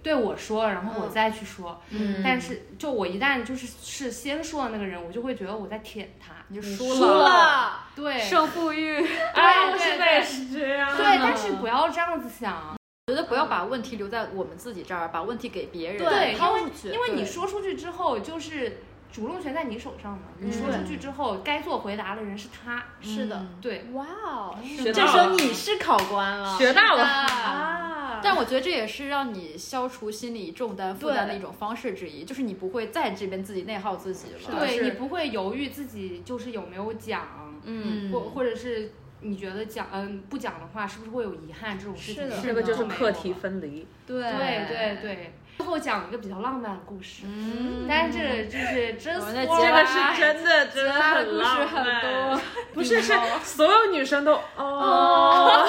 [SPEAKER 4] 对我说，然后我再去说。
[SPEAKER 2] 嗯
[SPEAKER 4] 但是就我一旦就是是先说的那个人，我就会觉得我在舔他。
[SPEAKER 2] 你就
[SPEAKER 1] 输
[SPEAKER 2] 了，
[SPEAKER 1] 了
[SPEAKER 3] 啊
[SPEAKER 4] 对，
[SPEAKER 1] 胜负欲，哎，我现在也是这样。
[SPEAKER 4] 对，但是不要这样子想，
[SPEAKER 2] 我觉得不要把问题留在我们自己这儿，把问题给别人，
[SPEAKER 4] 对
[SPEAKER 2] 抛出去，
[SPEAKER 4] 因为你
[SPEAKER 2] 对
[SPEAKER 4] 说出去之后就是。主动权在你手上嘛，你说出去之后，该做回答的人是他。
[SPEAKER 3] 是的，
[SPEAKER 2] 嗯
[SPEAKER 4] 对，
[SPEAKER 3] 哇哦，
[SPEAKER 1] 学
[SPEAKER 3] 这
[SPEAKER 1] 到
[SPEAKER 3] 时候
[SPEAKER 1] 了
[SPEAKER 3] 你是考官了，
[SPEAKER 1] 学到了，
[SPEAKER 4] 啊，
[SPEAKER 3] 啊，
[SPEAKER 2] 但我觉得这也是让你消除心理重担负担的一
[SPEAKER 3] 对
[SPEAKER 2] 种方式之一，就是你不会在这边自己内耗自己了。
[SPEAKER 4] 对
[SPEAKER 2] 是
[SPEAKER 4] 你不会犹豫自己就是有没有讲，
[SPEAKER 3] 嗯，
[SPEAKER 4] 或或者是你觉得讲嗯不讲的话，是不是会有遗憾这种事情？
[SPEAKER 3] 是的
[SPEAKER 1] 这个就是
[SPEAKER 4] 没有
[SPEAKER 1] 课题
[SPEAKER 4] 了。
[SPEAKER 1] 分离。
[SPEAKER 3] 对
[SPEAKER 4] 对对对，最后讲一个比较浪漫的故事，
[SPEAKER 3] 嗯
[SPEAKER 4] 但是这就是真
[SPEAKER 2] 我在
[SPEAKER 4] 说
[SPEAKER 2] 接
[SPEAKER 1] 这
[SPEAKER 2] 着
[SPEAKER 1] 个
[SPEAKER 4] 完
[SPEAKER 1] 是真的，哎真的
[SPEAKER 2] 拉的故
[SPEAKER 1] 很
[SPEAKER 2] 事
[SPEAKER 1] 浪
[SPEAKER 2] 很多
[SPEAKER 1] 漫。不是，是所有女生都哦，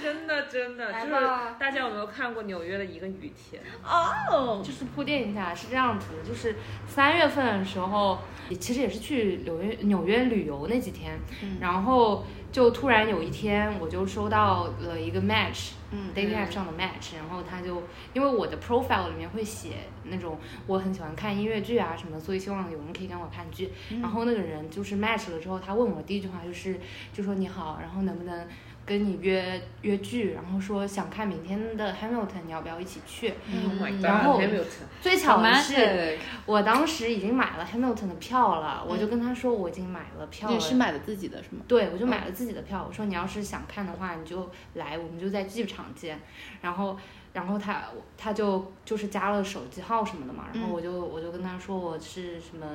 [SPEAKER 1] 真的真的，就是大家有没有看过纽约的一个雨天？
[SPEAKER 3] 哦，
[SPEAKER 4] 就是铺垫一下，是这样子的，就是三月份的时候，其实也是去纽约纽约旅游那几天，
[SPEAKER 3] 嗯
[SPEAKER 4] 然后就突然有一天，我就收到了一个 match，
[SPEAKER 3] 嗯
[SPEAKER 4] dating app 上的 match，然后他就因为我的 profile 里面会写那种我很喜欢看音乐剧啊什么的，所以希望有人可以跟我看剧。
[SPEAKER 3] 嗯
[SPEAKER 4] 然后那个人就是 match 了之后，他问我第一句话就是就说你好，然后能不能跟你约约剧，然后说想看明天的 Hamilton，你要不要一起去？
[SPEAKER 3] 嗯
[SPEAKER 1] Oh my god！
[SPEAKER 4] 然后
[SPEAKER 1] Hamilton
[SPEAKER 4] 最巧的是，我当时已经买了 Hamilton 的票了，我就跟他说我已经买了票了，
[SPEAKER 3] 你是买的自己的是吗？嗯
[SPEAKER 4] 对，我就买了自己的票。我说你要是想看的话，你就来，我们就在剧场见。然后，然后他他就就是加了手机号什么的嘛。然
[SPEAKER 3] 嗯
[SPEAKER 4] 后我就、我就跟他说我是什么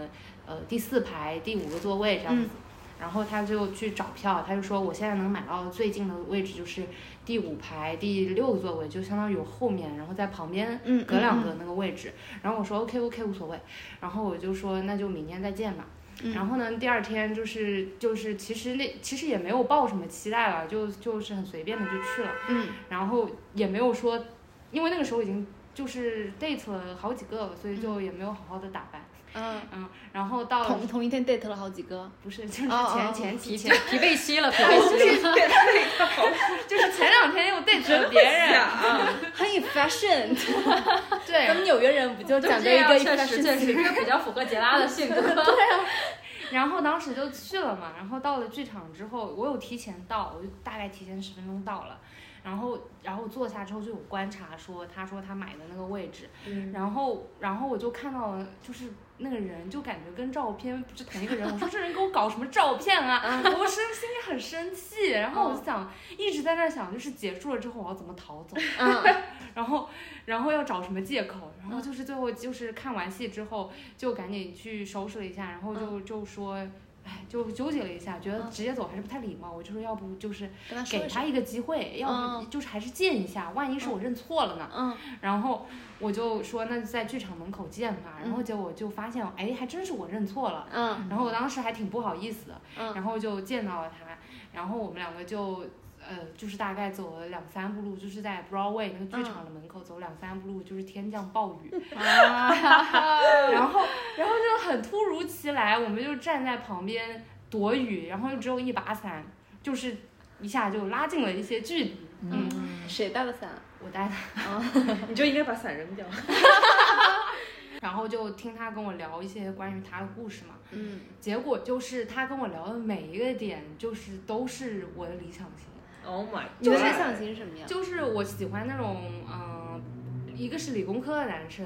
[SPEAKER 4] 呃第四排第五个座位这样
[SPEAKER 3] 嗯
[SPEAKER 4] 子。然后他就去找票，他就说我现在能买到最近的位置就是第五排第六个座位，就相当于我后面，然后在旁边
[SPEAKER 3] 嗯
[SPEAKER 4] 隔两个那个位置。然后我说 OK OK 无所谓，然后我就说那就明天再见吧。
[SPEAKER 2] 嗯
[SPEAKER 4] 然后呢，第二天就是就是，其实那其实也没有抱什么期待了，就就是很随便的就去了，
[SPEAKER 3] 嗯，
[SPEAKER 4] 然后也没有说，因为那个时候已经就是 date 了好几个了，所以就也没有好好的打扮，
[SPEAKER 3] 嗯，
[SPEAKER 4] 嗯，然后到
[SPEAKER 3] 同同一天 date 了好几个，
[SPEAKER 4] 不是就是
[SPEAKER 3] 哦哦
[SPEAKER 4] 前
[SPEAKER 3] 哦
[SPEAKER 4] 前几
[SPEAKER 2] 疲
[SPEAKER 4] 天，
[SPEAKER 2] 疲惫期
[SPEAKER 4] [laughs]
[SPEAKER 2] 了，疲惫期了。
[SPEAKER 4] 就是前两天又
[SPEAKER 2] [laughs]
[SPEAKER 4] date 了别
[SPEAKER 2] 啊
[SPEAKER 4] 人，
[SPEAKER 3] 很 efficient。
[SPEAKER 4] 对，
[SPEAKER 3] 咱们纽约人不就讲究一个
[SPEAKER 2] [laughs]
[SPEAKER 3] efficient？
[SPEAKER 2] 这个比较符合杰拉的性格。
[SPEAKER 3] [laughs]
[SPEAKER 4] 然后当时就去了嘛，然后到了剧场之后，我有提前到，我就大概提前十分钟到了。然后，然后坐下之后就有观察说，他说他买的那个位置，然后，然后我就看到了，就是那个人就感觉跟照片不是同一个人。我说这人给我搞什么照片啊？我是心里很生气，然后我就想一直在那想，就是结束了之后我要怎么逃走，
[SPEAKER 3] 嗯
[SPEAKER 4] 然后，然后要找什么借口，然后就是最后就是看完戏之后，就赶紧去收拾了一下，然后就、
[SPEAKER 3] 嗯
[SPEAKER 4] 就说，哎，就纠结了一下，觉得直接走还是不太礼貌。我就说，要不就是
[SPEAKER 3] 跟他说
[SPEAKER 4] 给
[SPEAKER 3] 一声
[SPEAKER 4] 他一个机会，要不
[SPEAKER 3] 嗯
[SPEAKER 4] 就是还是见一下，万一是我认错了呢？
[SPEAKER 3] 嗯，
[SPEAKER 4] 然后我就说，那就在剧场门口见吧。然后结果就发现，哎，还真是我认错了。
[SPEAKER 3] 嗯
[SPEAKER 4] 然后我当时还挺不好意思的，
[SPEAKER 3] 嗯
[SPEAKER 4] 然后就见到了他，然后我们两个就呃，就是大概走了两三步路，就是在 Broadway 那个剧场的门口走两三步路，就是天降暴雨， [laughs] 然后然后就很突如其来，我们就站在旁边躲雨，然后又只有一把伞，就是一下就拉近了一些距离。嗯，
[SPEAKER 3] 谁带的伞？
[SPEAKER 4] 我带
[SPEAKER 1] 你就应该把伞扔掉。
[SPEAKER 4] 然后就听他跟我聊一些关于他的故事嘛，
[SPEAKER 3] 嗯，
[SPEAKER 4] 结果就是他跟我聊的每一个点，就是都是我的理想型，
[SPEAKER 1] Oh my，
[SPEAKER 3] 你的
[SPEAKER 1] god
[SPEAKER 3] 理想型是什么样？
[SPEAKER 4] 就是我喜欢那种，嗯、一个是理工科的男生，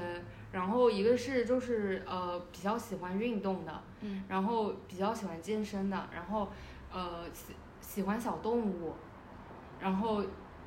[SPEAKER 4] 然后一个是就是呃比较喜欢运动的，
[SPEAKER 3] 嗯，
[SPEAKER 4] 然后比较喜欢健身的，然后呃喜喜欢小动物，然后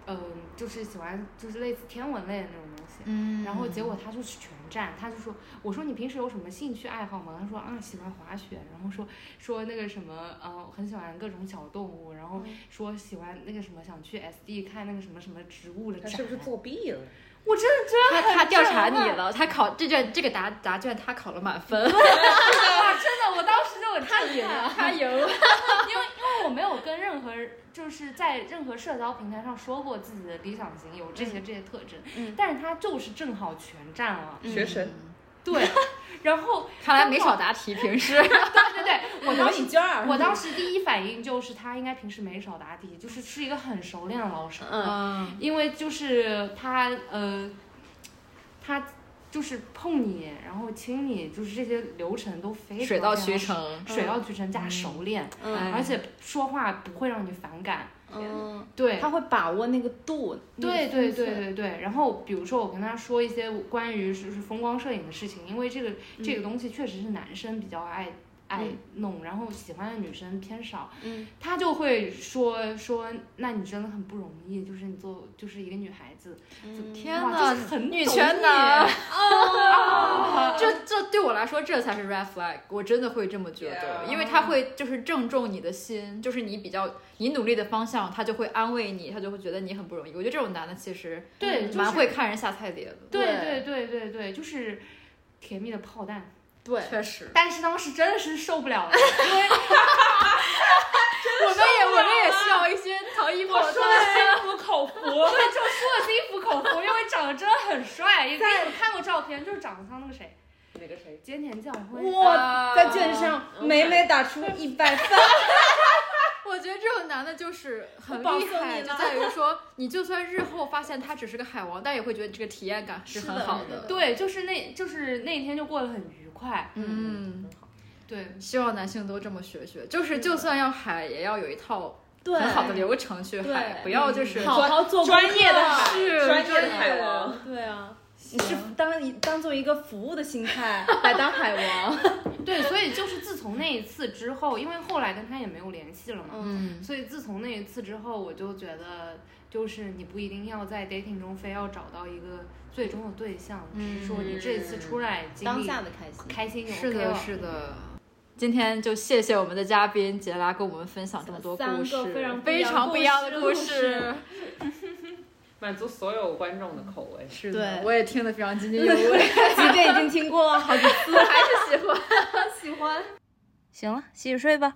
[SPEAKER 4] 嗯、就是喜欢就是类似天文类的那种东西，
[SPEAKER 2] 嗯
[SPEAKER 4] 然后结果他就是全占，他就说，我说你平时有什么兴趣爱好吗？他说啊，喜欢滑雪，然后说说那个什么，呃，很喜欢各种小动物，然后
[SPEAKER 2] 嗯
[SPEAKER 4] 说喜欢那个什么，想去 SD 看那个什么什么植物的
[SPEAKER 1] 他
[SPEAKER 4] 展。
[SPEAKER 1] 是不是作弊了？
[SPEAKER 4] 我真的真
[SPEAKER 2] 他
[SPEAKER 4] 的很
[SPEAKER 2] 他调
[SPEAKER 4] 震
[SPEAKER 2] 查
[SPEAKER 4] 撼
[SPEAKER 2] 你了，他考这卷这个答答卷他考了满分，
[SPEAKER 4] 哇，真的，我当时就很
[SPEAKER 2] 他赢了，他赢了。
[SPEAKER 4] [laughs] 因为因为我没有跟任何人就是在任何社交平台上说过自己的理想
[SPEAKER 2] 嗯
[SPEAKER 4] 型有这些、这些特征，
[SPEAKER 3] 嗯
[SPEAKER 1] 嗯
[SPEAKER 4] 但是他就是正好全占了。
[SPEAKER 1] 学神，
[SPEAKER 4] 对，然后
[SPEAKER 2] 看来没少答题，平时
[SPEAKER 4] 对对对，我
[SPEAKER 1] 模
[SPEAKER 4] 当时
[SPEAKER 1] 拟卷儿，啊
[SPEAKER 4] 我当时第一反应就是他应该平时没少答题，就是是一个很熟练的老师，
[SPEAKER 2] 嗯，
[SPEAKER 4] 因为就是他呃，他就是碰你，然后亲你，就是这些流程都非常
[SPEAKER 2] 水到
[SPEAKER 4] 非常
[SPEAKER 2] 渠，成，
[SPEAKER 4] 水到渠成加熟练，
[SPEAKER 3] 嗯
[SPEAKER 4] 而且说话不会让你反感，
[SPEAKER 3] 嗯，
[SPEAKER 4] 对。
[SPEAKER 3] 他会把握那个度，那个
[SPEAKER 4] 对对
[SPEAKER 3] 分
[SPEAKER 4] 对
[SPEAKER 3] 寸，
[SPEAKER 4] 对对，然后比如说我跟他说一些关于就是风光摄影的事情，因为这个这个东西确实是男生比较爱爱
[SPEAKER 3] 嗯
[SPEAKER 4] 弄，然后喜欢的女生偏少，
[SPEAKER 3] 嗯
[SPEAKER 4] 他就会说说，那你真的很不容易，就是你做就是一个女孩子，
[SPEAKER 3] 嗯
[SPEAKER 2] 天
[SPEAKER 4] 哇
[SPEAKER 2] 哪，
[SPEAKER 4] 就是很
[SPEAKER 2] 女
[SPEAKER 4] 懂
[SPEAKER 2] 权
[SPEAKER 4] 你
[SPEAKER 2] [laughs] 男，
[SPEAKER 4] 哦
[SPEAKER 2] 这这对我来说这才是 red flag，我真的会这么觉得，
[SPEAKER 1] Yeah
[SPEAKER 2] 因为他会就是正中你的心，就是你比较你努力的方向，他就会安慰你，他就会觉得你很不容易。我觉得这种男的其实
[SPEAKER 4] 对，就是
[SPEAKER 2] 蛮会看人下菜碟的，
[SPEAKER 4] 对
[SPEAKER 3] 对
[SPEAKER 4] 对对对对，就是甜蜜的炮弹。
[SPEAKER 3] 对，
[SPEAKER 2] 确实。
[SPEAKER 4] 但是当时真的是受不了了， [laughs] 因为我们也我们也需要一些
[SPEAKER 2] 陶艺
[SPEAKER 4] 我说的心服口服，对，就说的心服口服，因为长得真的很帅，也看看过照片，就是长得像那个谁，
[SPEAKER 1] 哪个谁？
[SPEAKER 4] 菅田将
[SPEAKER 2] 呃
[SPEAKER 4] 晖。
[SPEAKER 2] 哇
[SPEAKER 3] 在卷上
[SPEAKER 1] 嗯
[SPEAKER 3] 每每打出一百分，
[SPEAKER 2] 我觉得这种男的就是很
[SPEAKER 3] 我保
[SPEAKER 2] 厉
[SPEAKER 3] 送
[SPEAKER 2] 害，
[SPEAKER 3] 你
[SPEAKER 2] 就
[SPEAKER 3] 了
[SPEAKER 2] 在于说，你就算日后发现他只是个海王，但也会觉得这个体验感是
[SPEAKER 3] 是
[SPEAKER 2] 很
[SPEAKER 3] 的
[SPEAKER 2] 好
[SPEAKER 3] 是的
[SPEAKER 4] 对，就是那，就是那天就过得很愉快。
[SPEAKER 2] 嗯，
[SPEAKER 4] 对，
[SPEAKER 2] 希望男性都这么学学，就是就算要海，也要有一套
[SPEAKER 3] 对，
[SPEAKER 2] 很好的流程去海，
[SPEAKER 3] 对嗯
[SPEAKER 2] 不要就是
[SPEAKER 3] 好好做功课
[SPEAKER 1] 专业的海
[SPEAKER 2] 是
[SPEAKER 1] 专业的海王，
[SPEAKER 3] 对啊，你是当一当做一个服务的心态来当海王，
[SPEAKER 4] 对，所以就是自从那一次之后，因为后来跟他也没有联系了嘛，
[SPEAKER 2] 嗯，
[SPEAKER 4] 所以自从那一次之后，我就觉得，就是你不一定要在 dating 中非要找到一个最终的对象，只是说你这次出来经历
[SPEAKER 3] 嗯的开心 [laughs]
[SPEAKER 4] 开心嗯就是 OK
[SPEAKER 2] 的，
[SPEAKER 4] 了。
[SPEAKER 2] 是的。今天就谢谢我们的嘉宾杰拉跟我们分享这么多
[SPEAKER 3] 三
[SPEAKER 2] 故
[SPEAKER 3] 个
[SPEAKER 2] 事，
[SPEAKER 3] 非常不一
[SPEAKER 2] 非
[SPEAKER 3] 样
[SPEAKER 2] 常不一样的
[SPEAKER 3] 故
[SPEAKER 2] 故
[SPEAKER 3] 事
[SPEAKER 2] 事。
[SPEAKER 1] 满足所有观众的口味。
[SPEAKER 2] 是的，
[SPEAKER 3] 对
[SPEAKER 2] 我也听得非常津津有味，
[SPEAKER 3] 姐姐已经听过好几次，
[SPEAKER 2] 还是喜欢。
[SPEAKER 3] 喜欢。
[SPEAKER 7] 行了，洗洗睡吧。